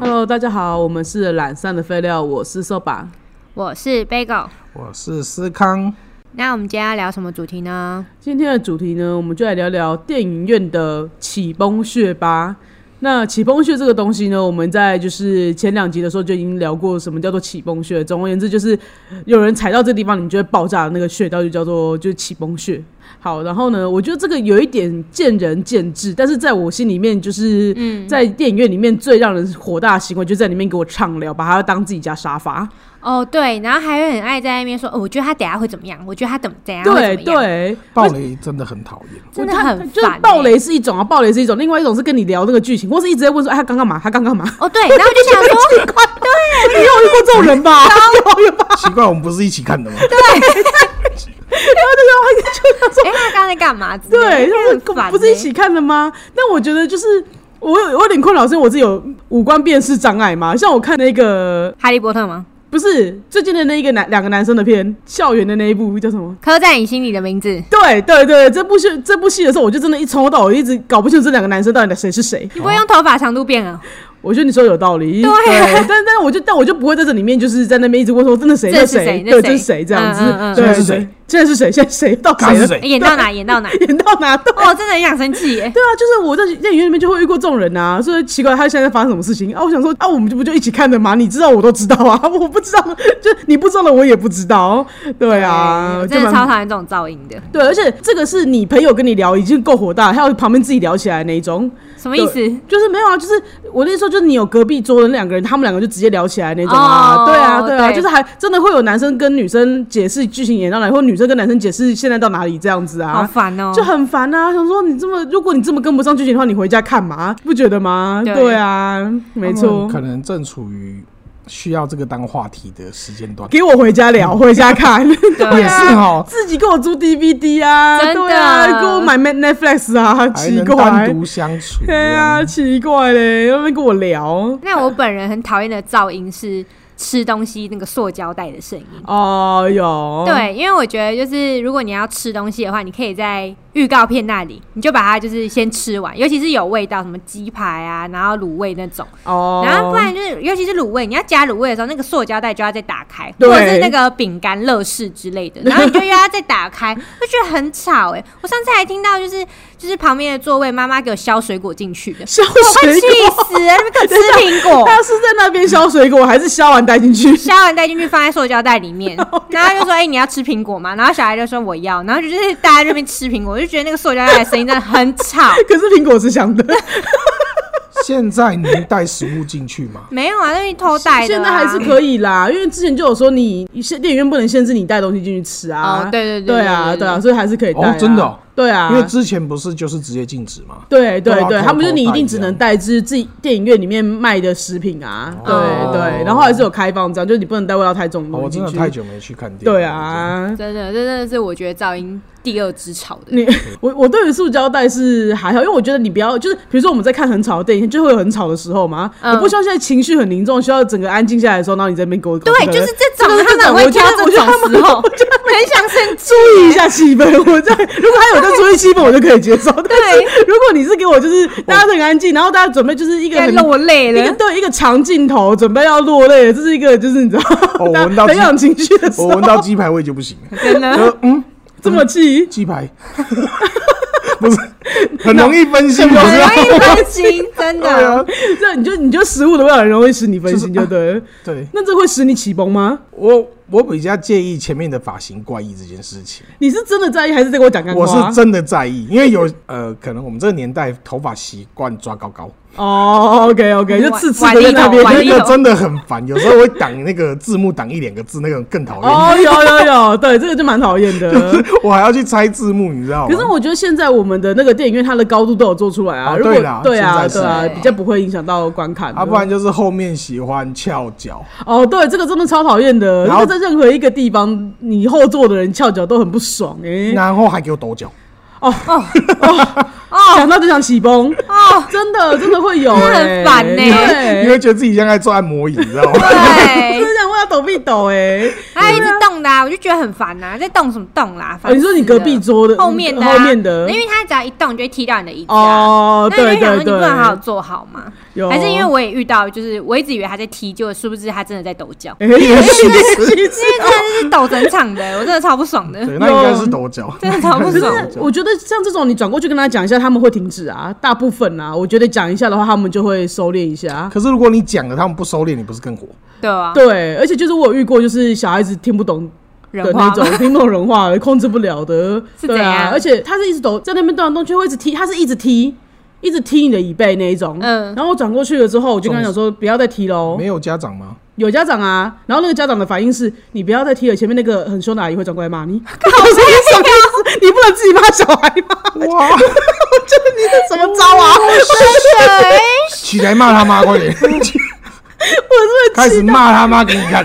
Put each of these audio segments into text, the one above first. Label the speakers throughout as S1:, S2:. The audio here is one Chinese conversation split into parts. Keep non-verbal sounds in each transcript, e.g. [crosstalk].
S1: Hello，大家好，我们是懒散的废料，我是瘦吧。
S2: 我是 Bagel。
S3: 我是思康，
S2: 那我们今天要聊什么主题呢？
S1: 今天的主题呢，我们就来聊聊电影院的起崩穴吧。那起崩穴这个东西呢，我们在就是前两集的时候就已经聊过什么叫做起崩穴。总而言之，就是有人踩到这地方，你就会爆炸的那个穴道就叫做就是起崩穴。好，然后呢，我觉得这个有一点见仁见智，但是在我心里面，就是
S2: 嗯
S1: 在电影院里面最让人火大的行为，就在里面给我畅聊，把它当自己家沙发。
S2: 哦，对，然后还会很爱在那边说、哦，我觉得他等下会怎么样，我觉得他怎怎样
S1: 对
S2: 会怎么样，
S1: 对，
S3: 暴雷真的很讨
S1: [laughs]
S3: 厌。
S2: 真的
S1: 他
S2: 很
S1: 就是
S2: 烦、欸。
S1: 暴雷是一种啊，暴雷是一种，另外一种是跟你聊那个剧情，或是一直在问说，哎，他刚干嘛？他刚干
S2: [laughs]
S1: 嘛？
S2: 哦，对，然后我就想说，
S1: [laughs] 奇怪，对，你有遇过这种人 [laughs] 吧？有有吧？
S3: 奇怪，我们不是一起看
S1: [laughs]
S3: 的吗？
S1: 啊然后那个他啊就
S2: [laughs]
S1: 想说，
S2: 哎、他刚才干嘛之类的？
S1: 对，就是
S2: 很烦、欸，
S1: 不是一起看的吗？但我觉得就是。我有我有点困扰，是因为我自己有五官辨识障碍嘛。像我看那个
S2: 哈利波特吗？
S1: 不是最近的那一个男两个男生的片，校园的那一部叫什么？
S2: 刻在你心里的名字，
S1: 对对对，这部戏这部戏的时候，我就真的一从头到尾一直搞不清楚这两个男生到底谁是谁。
S2: 你不会用头发长度变啊？
S1: 我觉得你说有道理，
S2: 对啊
S1: 但但我就但我就不会在这里面就是在那边一直问说真的谁
S2: 这
S1: 那
S2: 是
S1: 对
S2: 谁那
S1: 这是
S2: 谁
S1: 谁这样子
S2: 嗯嗯嗯，
S1: 对
S3: 现在是
S1: 对
S3: 谁
S1: 现在是谁现在是谁到
S3: 刚
S1: 谁
S3: 是
S1: 了
S3: 谁？
S2: 欸演到哪？演到
S1: [laughs]
S2: 哪？
S1: 演到哪对。
S2: 哦，真的很想生气耶！
S1: 对啊，就是我在电影院里面就会遇过这种人啊，所以奇怪他现在发生什么事情啊？我想说啊，我们就不就一起看的嘛，你知道我都知道啊， [laughs] 我不知道就你不知道的我也不知道，对啊，
S2: 我
S1: 就
S2: 真的
S1: 蛮
S2: 超讨厌这种噪音的，
S1: 对，而且这个是你朋友跟你聊已经够火大了，还有旁边自己聊起来那一种，
S2: 什么意思？
S1: 就是没有啊，就是我那时候就是你有隔壁桌的那两个人，他们两个就直接聊起来那种啊，
S2: 哦
S1: 对啊，对啊，
S2: 对
S1: 就是还真的会有男生跟女生解释剧情演到哪里，或女生跟男生解释现在到哪里这样子
S2: 好
S1: 啊。
S2: 烦哦、
S1: 就很烦啊！想说你这么，如果你这么跟不上剧情的话，你回家看嘛，不觉得吗？
S2: 对
S1: 对啊，没错
S3: 可。能正处于需要这个当话题的时间段。
S1: 给我啊回家
S3: [laughs]
S1: 聊，回家看，
S2: 对啊
S3: 也是哦，
S1: 自己给我租 DVD 啊，
S2: 真的
S1: 对啊，给我买 Netflix 啊，
S3: 还
S1: 奇
S3: 能单
S1: 怪，
S3: 独相处。
S1: 对啊，奇怪嘞，他们跟我聊，
S2: 那我本人很讨厌的噪音是吃东西那个塑胶袋的声音。
S1: 哦哟，，
S2: 对，因为我觉得就是如果你要吃东西的话，你可以在预告片那里，你就把它就是先吃完，尤其是有味道，什么鸡排啊，然后卤味那种，
S1: 哦，
S2: 然后不然就是尤其是卤味，你要加卤味的时候，那个塑胶袋就要再打开，
S1: 对
S2: 或者是那个饼干、乐事之类
S1: [laughs]
S2: 的，然后你就又要再打开，就觉得很吵哎、我上次还听到就是就是旁边的座位妈妈给我削水果进去的，
S1: 削
S2: 我快
S1: 水
S2: 气
S1: 果，
S2: 死了，
S1: [laughs]
S2: 你们可吃苹果。
S1: 他是在那边削水果，还是削完带进去？
S2: 削完带进去放在塑胶袋里 [laughs] 面，然后就说：“哎、你要吃苹果吗？”然后小孩就说：“我要。”然后就是大家这边吃苹果，我就觉得那个塑胶袋的声音真的很 [laughs] 吵。
S1: [laughs] 可是苹果是香的，
S3: 现在能带食物进去吗？
S2: 没有啊，那是偷带的、啊。
S1: 现在还是可以啦，因为之前就有说你电影院不能限制你带东西进去吃啊。
S2: 哦对对对
S1: 对啊，
S2: 对对对
S1: 对啊，所以还是可以带啊。
S3: 哦真的哦
S1: 对 [laughs] 啊
S3: 因，为之前不是就是直接禁止吗？
S1: 对对
S3: 对啊
S1: 对，
S3: 偷
S1: 他们就
S3: 偷
S1: 你一
S3: 带
S1: 定
S3: 一
S1: 只
S3: 样
S1: 能带就是自己电影院里面卖的食品啊。对
S2: 哦
S1: 对，然后还是有开放这样，就是你不能带味道太重的
S3: 哦
S1: 东
S3: 我
S1: 西
S3: 真的
S1: 啊进
S3: 太
S1: 去。
S3: 久没去看电影。
S1: 对，啊，
S2: 真的，这真的是我觉得噪音第二只吵的。
S1: 你 [laughs] 我我对于塑胶袋是还好，因为我觉得你不要就是，比如说我们在看很吵的电影，就会有很吵的时候嘛。
S2: 嗯
S1: 我不希望现在情绪很凝重，需要整个安静下来的时候，然后你在那边给我
S2: 对，就是这
S1: 真
S2: 种，
S1: 的
S2: 他
S1: 是
S2: 们很
S1: 我
S2: 会
S1: 觉
S2: 挑
S1: 得
S2: 这
S1: 我觉得他
S2: 种
S1: 们
S2: 时候， [laughs] 很想生气。
S1: 注意一下气氛。我在如果他有在注意气氛，我就可以接受。但是如果你是给我就是大家都很安静，然后大家准备就是一个
S2: 该
S1: 很
S2: 落泪
S1: 一个
S2: [laughs] 了。
S1: 对一个长镜头，准备要落泪了，这是一个就是你知道
S3: 哦我闻到
S1: 培
S3: 鸡
S1: 养情绪的时
S3: 我
S1: 候，
S3: 闻到鸡排味就不行
S1: [laughs]
S3: 了，
S2: 真的，
S3: 就嗯，
S1: 这么气。
S3: 鸡排， [laughs] 不是很容易分心，不
S2: 很
S1: 啊
S3: 是？
S2: 容易分心，真 [laughs]
S3: 对
S2: 的
S3: 啊。，
S1: 这你就你就食物的味道很容易使你分心，
S3: 就
S1: 就是对了。
S3: 对
S1: 那这会使你起崩吗？
S3: 我我比较介意前面的发型怪异这件事情。
S1: 你是真的在意还是在给我讲干话？啊
S3: 我是真的在意，因为有呃，可能我们这个年代头发习惯抓高高，
S1: 哦，OK OK，就
S2: 晚
S1: 刺刺的在那边。
S2: 晚
S3: 那
S2: 一头
S3: 个真的很烦，有时候会挡那个字幕挡一两个字，那个更讨
S1: [laughs]
S3: 厌。
S1: 哦，有有有，对，这个就蛮讨厌的。
S3: [laughs] 我还要去猜字幕，你知道吗？
S1: 可是我觉得现在我们的那个电影院，它的高度都有做出来啊。
S3: 哦
S1: 如果
S3: 对啦
S1: 对啊，
S3: 现在是
S1: 对啊，
S2: 对
S1: 比较不会影响到观看的。
S3: 啊，不然就是后面喜欢翘脚，
S1: 哦，对，这个真的超讨厌的。
S3: 然
S1: 这
S3: 后
S1: 个在任何一个地方，你后座的人翘脚都很不爽哎。
S3: 然后还给我抖脚，
S1: 哦想到就想起崩，
S2: 哦，
S1: 真的真的会有
S2: 真的
S1: 哎，
S2: 很烦欸
S1: 对
S3: 你会觉得自己像在做按摩椅，你知道吗？
S2: 对
S1: 真，的想问他抖必抖哎、
S2: 他一直动的、啊，我就觉得很烦呐、在动什么动啦？烦
S1: 哦你说你
S2: 死
S1: 隔
S2: 了
S1: 壁桌的嗯
S2: 后面的、啊、
S1: 后面的
S2: 因为他只要一动就会踢到你的椅子、啊。
S1: 哦，
S2: 那
S1: 对
S2: 你就想
S1: 对
S2: 说你不
S1: 对，
S2: 能好
S1: [laughs]
S2: 好做好吗？
S1: 有
S2: 还是因为我也遇到，就是我一直以为他在踢，结果殊不知他真的在抖
S1: [laughs]
S2: 脚，
S1: 哎，也许是 [laughs]
S2: 因为真的是抖整场的，我真的超不爽的，
S3: 对，那应该是抖脚。
S2: 真的超不
S1: 可是
S2: 爽。
S1: 我觉得像这种，你转过去跟他讲一下，他们会停止啊。大部分啊，我觉得讲一下的话，他们就会收敛一下。啊
S3: 可是如果你讲了，他们不收敛，你不是更火？
S2: 对啊，
S1: 对，而且就是我有遇过，就是小孩子听不懂的
S2: 人话
S1: 那
S2: 嘛 [laughs]
S1: 种，听不懂人话控制不了的，
S2: 是
S1: 对
S2: 怎
S1: 啊。
S2: 样
S1: 而且他是一直抖在那边动来动去，会一直踢，他是一直踢，一直踢你的椅背那一种。
S2: 嗯
S1: 然后我转过去了之后，我就跟他讲说，不要再踢喽
S3: 没。有家长吗？
S1: 有家长啊，然后那个家长的反应是，你不要再踢了，前面那个很凶的阿姨会转过来骂你。靠，我说你什么意思？你不能自己骂小孩吗？
S3: [laughs] 哇，
S1: 就是你是什么招啊？
S2: 对，
S3: 起来骂他妈，
S1: [laughs]
S3: 快点！
S1: 我
S3: 开
S1: 是
S3: 始
S1: 气到，
S3: 骂他妈给你看。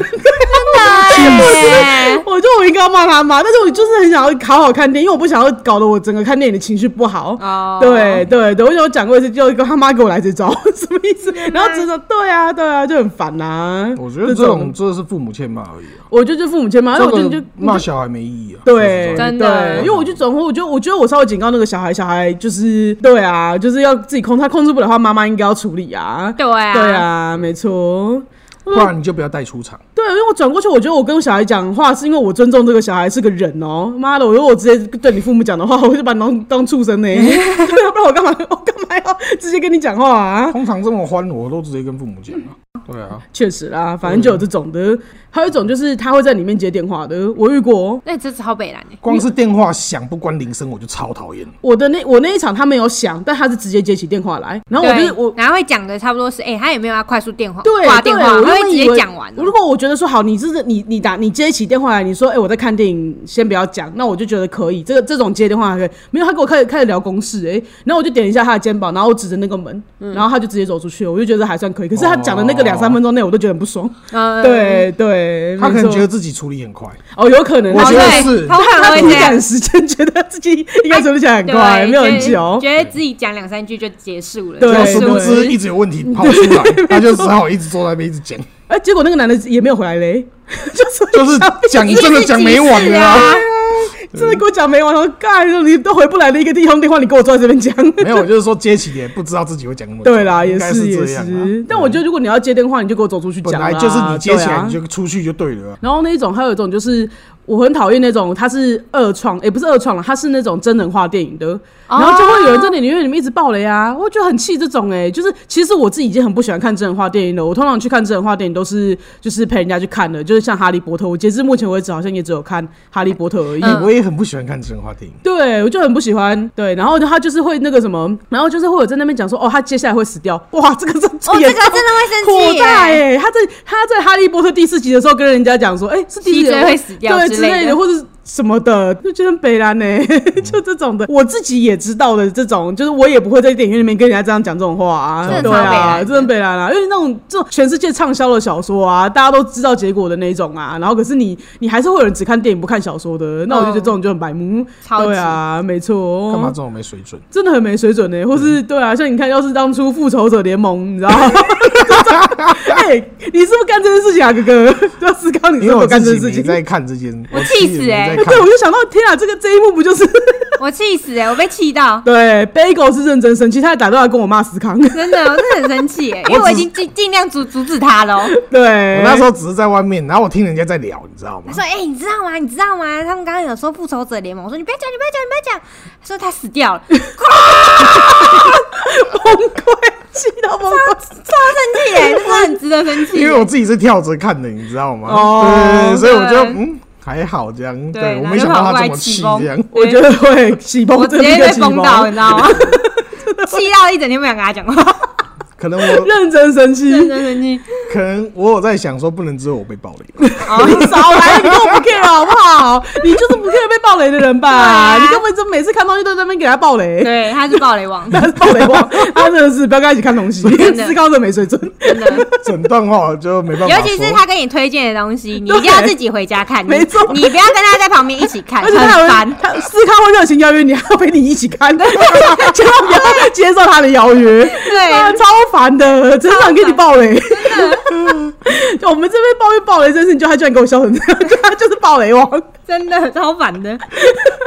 S1: [laughs]
S2: 对，
S1: 我觉得我应该要骂他妈，但是我就是很想要好好看电影，因为我不想要搞得我整个看电影的情绪不好。
S2: 哦
S1: 对对对，我有讲过一次，就一个他妈给我来这招，什么意思？然后真的对啊对啊，就很烦呐、
S3: 我觉得这种，真的是父母欠骂而已啊，
S1: 我觉得就是父母亲嘛，然
S3: 这
S1: 后我觉得就
S3: 个骂小孩没意义啊。
S1: 对，
S3: 说实在
S2: 真的
S1: 对因为我就总会，我觉得，我觉得我稍微警告那个小孩，小孩就是对啊，就是要自己控，他控制不了的话，妈妈应该要处理啊。
S2: 对啊，
S1: 对，啊，没错。
S3: 不然你就不要带出场。
S1: 对，因为我转过去，我觉得我跟小孩讲话是因为我尊重这个小孩是个人哦、妈的，我如果我直接对你父母讲的话，我就把你当当畜
S2: [laughs]
S1: 生呢、对啊，不然我干嘛 [laughs] 我干嘛要直接跟你讲话啊？
S3: 通常这么欢，我都直接跟父母讲啊。对啊，
S1: 确实啦，反正就有这种的。还有一种就是他会在里面接电话的，我遇过。
S2: 那你这超北蓝欸
S3: 光是电话响不关铃声，我就超讨厌。
S1: 我的那我那一场他没有响，但他是直接接起电话来，然后我
S2: 对
S1: 就我
S2: 然后会讲的差不多是，哎，他也没有要快速电话
S1: 对
S2: 挂电话，
S1: 对我就
S2: 他会
S1: 会
S2: 直
S1: 以
S2: 接
S1: 为
S2: 讲完哦。
S1: 如果我觉得说好，你这是你你打你接起电话来，你说哎、我在看电影，先不要讲，那我就觉得可以，这个这种接电话还可以。没有，他跟我开始开始聊公事哎、然后我就点一下他的肩膀，然后我指着那个门，
S2: 嗯
S1: 然后他就直接走出去了，我就觉得还算可以。可是他讲的那个两三分钟内，我都觉得很不爽。
S2: 嗯，
S1: 对对，
S3: 他可
S1: 没
S3: 能
S1: 错
S3: 觉得自己处理很快，
S1: 哦，有可能
S3: 我
S2: 哦，
S1: 他
S3: 觉得
S2: 对
S3: 是
S2: 通常
S1: 他
S2: 会
S1: 突
S2: 这样
S1: 赶。时间，觉得自己应该处理起来很快，
S2: 哎对
S1: 没有很
S2: 觉得
S1: 久。
S2: 觉得自己讲两三句就结束了，
S1: 对
S3: 结果
S2: 是
S3: 殊不知一直有问题跑出来，他就只好一直坐在那边一直
S1: [laughs]
S3: 讲，
S1: 哎、结果那个男的也没有回来嘞， [laughs] 就是
S3: 就是
S1: [laughs]
S3: 讲真的讲没完
S2: 了
S3: 了啊。
S1: 真的给我讲没完，然后干，你都回不来的一个地方电话，你给我坐在这边讲。
S3: 没有，就是说接起也不知道自己会讲那么久
S1: 对啦，也
S3: 应该
S1: 是也
S3: 这样啊。
S1: 是，但我觉得如果你要接电话，你就给我走出去
S3: 本
S1: 讲啦。
S3: 来就是你接
S1: 对
S3: 起来
S1: 啊
S3: 你就出去就对了啊，
S1: 然后那一种，还有一种就是我很讨厌那种，它是二创，也、不是二创了，它是那种真人化电影的，然后就会有人在你里面里面一直爆雷啊，我觉得很气这种哎、就是其实我自己已经很不喜欢看真人化电影了，我通常去看真人化电影都是就是陪人家去看的，就是像哈利波特，我截至目前为止好像也只有看哈利波特而已。
S2: 嗯
S3: 我也很不喜欢看真人化电影。
S1: [laughs] 对，我就很不喜欢。对，然后他就是会那个什么，然后就是会有在那边讲说，哦，他接下来会死掉。哇，这个真
S2: 哦，这
S1: 也
S2: 个真的会生
S1: 火
S2: 气耶，
S1: 大哎、他在他在《哈利波特》第四集的时候跟人家讲说，哎、是第四集
S2: 吸
S1: 的
S2: 追会死掉
S1: 对
S2: 之
S1: 之
S2: 类的
S1: 类或者什么的，就觉得很北
S2: [laughs]
S1: 兰呢、就这种的，我自己也知道的这种，就是我也不会在电影院里面跟人家这样讲这种话啊，
S2: 真的
S1: 对
S2: 超北兰
S1: 啊，
S2: 的
S1: 真的北兰啊，因为那种这种全世界畅销的小说啊，大家都知道结果的那种啊，然后可是你你还是会有人只看电影不看小说的，那我就觉得这种就很白目，
S2: 哦超级
S1: 对啊，没错，
S3: 干嘛这种没水
S2: 哦
S3: 准？
S1: 真的很没水准呢、或是对啊，像你看，要是当初复仇者联盟，你知道吗？哎、你是不是干这件事情啊，哥 [laughs] 哥？就要思考你
S3: 因
S1: 是
S3: 为
S1: 不
S3: 我
S1: 是干这
S3: 自
S1: 件事
S3: 己没
S1: 情。哎
S3: 在看这件，
S2: 我
S3: 自己
S2: 气死
S3: 没
S2: 欸
S3: 在看
S1: 对，我就想到天啊，这个这一幕不就是，
S2: [laughs] 我气死哎，我被气到
S1: [laughs] 对 Bagel 是认真生气，他还打电话跟我骂思康。
S2: 真的，我真的很生气哎，因为我已经尽尽量阻阻止他喽。
S1: 对， [laughs]
S3: 我那时候只是在外面，然后我听人家在聊，你知道吗
S2: 他？说：“哎、你知道吗？你知道吗？他们刚刚有说复仇者联盟，我说你不要讲，你不要讲，你不要讲。”他说他死掉了，
S1: [laughs] 崩溃，气到崩溃。
S2: 超生气哎，这真的很值得生气耶。
S3: 因为我自己是跳着看的，你知道吗？
S1: 哦
S3: 对，所以我就
S2: 对
S3: 嗯还好这样。
S2: 对
S3: 对，我
S2: 然后
S3: 没
S2: 就
S3: 想到
S2: 跑过
S3: 他
S2: 来
S3: 这么
S2: 起
S3: 气
S2: 风
S3: 这样。
S1: 我觉得会起
S2: 我
S1: 崩，真
S2: 直
S1: 的
S2: 接
S1: 一个
S2: 被
S1: 起
S2: 封到，你
S1: 崩，
S2: 知道吗？气到一整天不想跟他讲话， [laughs]
S3: 可能我
S1: 认真生气。
S2: 真的生气。
S3: 可能我有在想说，不能只有我被暴雷吧。
S1: [laughs] 你少来，你根本不 care 好不好？你就是不 care 被暴雷的人吧？
S2: 对啊
S1: 你根本就每次看东西都在那边给他暴雷。
S2: 对，他是暴雷王，
S1: 他是暴雷
S2: [laughs]
S1: 王，他真的是不要跟他一起看东西，
S2: 真的
S1: 思考者没水准。
S2: 真的。
S3: 整段话我就没办法
S2: [laughs] 尤
S3: 说。
S2: 其是他跟你推荐的东西，你一定要自己回家看，你
S1: 没错
S2: 你不要跟他在旁边一起看，
S1: [laughs] 而且他还
S2: 很
S1: 会
S2: 烦。
S1: 他
S2: [laughs]
S1: 思考会热情邀约你，还要陪你一起看，千万不要接受他的邀约。啊，
S2: 对，
S1: 超烦的，真想给你爆雷。 [laughs] 就我们这边抱怨爆雷这件事情，就他居然给我笑成这
S2: [laughs]
S1: 样，就他就是爆雷王，
S2: 真的超烦的。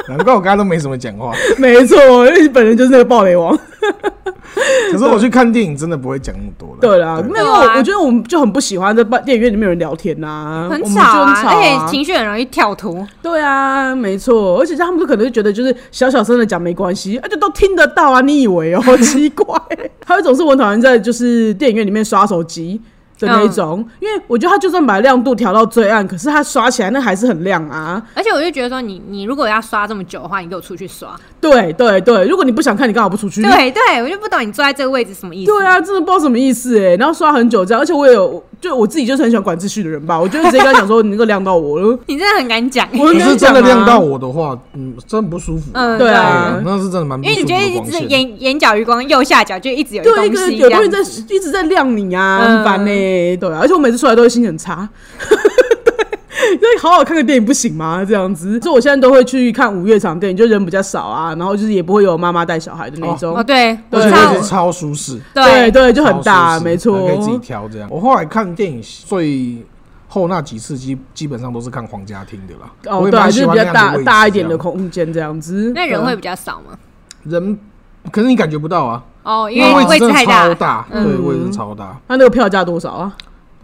S3: 难怪我刚才都没什么讲话。
S1: 没错，因为你本人就是那个爆雷王。
S3: 可是我去看电影真的不会讲那么多了。
S1: 对啦，没有，
S2: 对啊
S1: 我觉得我们就很不喜欢在办电影院里面有人聊天呐、
S2: 很
S1: 我们就
S2: 吵啊，
S1: 很
S2: 而
S1: 吵
S2: 且
S1: 啊。
S2: 情绪很容易跳脱。
S1: 对啊，没错，而且他们可能就觉得就是小小声的讲没关系，而且都听得到啊，你以为哦、 [laughs] 奇怪，还有一种是我很讨厌在就是电影院里面刷手机。的那一种，因为我觉得他就算把亮度调到最暗，可是他刷起来那还是很亮啊。
S2: 而且我就觉得说你，你如果要刷这么久的话，你给我出去刷。
S1: 对对对，如果你不想看，你干嘛不出去？
S2: 对对，我就不懂你坐在这个位置什么意思。
S1: 对啊，真的不知道什么意思哎、然后刷很久这样，而且我也有，就我自己就是很喜欢管秩序的人吧，我就直接跟他讲说，你那个亮到我了。
S2: 你真的很敢讲，
S1: [laughs] 我
S3: 可
S1: 跟
S3: 是
S1: 你
S3: 真
S1: 讲
S3: 的
S1: 啊
S3: 亮到我的话，嗯，真不舒服。
S2: 嗯，
S1: 对啊
S3: 对那是真的蛮不
S2: 因为
S3: 舒
S2: 你
S3: 服
S2: 觉得
S3: 的
S2: 一
S3: 光
S2: 直
S3: 线。
S2: 眼眼角余光右下角就一直有
S1: 对，一
S2: 东
S1: 个
S2: 西
S1: 有
S2: 这
S1: 东西
S2: 样
S1: 在
S2: 子，
S1: 一直在亮你啊，
S2: 嗯
S1: 很烦呢、对啊，而且我每次出来都会心情很差。 [laughs] 对， [laughs] 因为好好看个电影不行吗？这样子，所以我现在都会去看五月场电影，就人比较少啊，然后就是也不会有妈妈带小孩的那种。
S2: 哦，对，
S3: 而
S2: 我
S3: 且
S2: 知
S3: 那
S2: 道
S3: 是，超舒适，
S1: 对
S2: 对，
S1: 对，就很
S3: 超
S1: 大，啊
S3: 舒适
S1: 没错
S3: 还。可以自己挑这样。我后来看电影最后那几次基基本上都是看皇家厅的啦。
S1: 哦，
S3: 我也
S1: 对啊，
S3: 蛮
S1: 就
S3: 喜
S1: 是比
S3: 欢
S1: 较
S3: 那样
S1: 大
S3: 位置
S1: 大一点
S3: 这
S1: 的
S3: 样
S1: 空间这样子。
S2: 那人
S1: 对啊
S2: 会比较少吗？
S3: 人，可是你感觉不到啊，
S2: 哦，因
S3: 那
S2: 为
S3: 位
S2: 位置
S3: 置真的
S2: 太
S3: 超
S2: 大，
S3: 大，
S1: 嗯
S3: 对，位置真的超大，
S1: 那那个票价多少啊？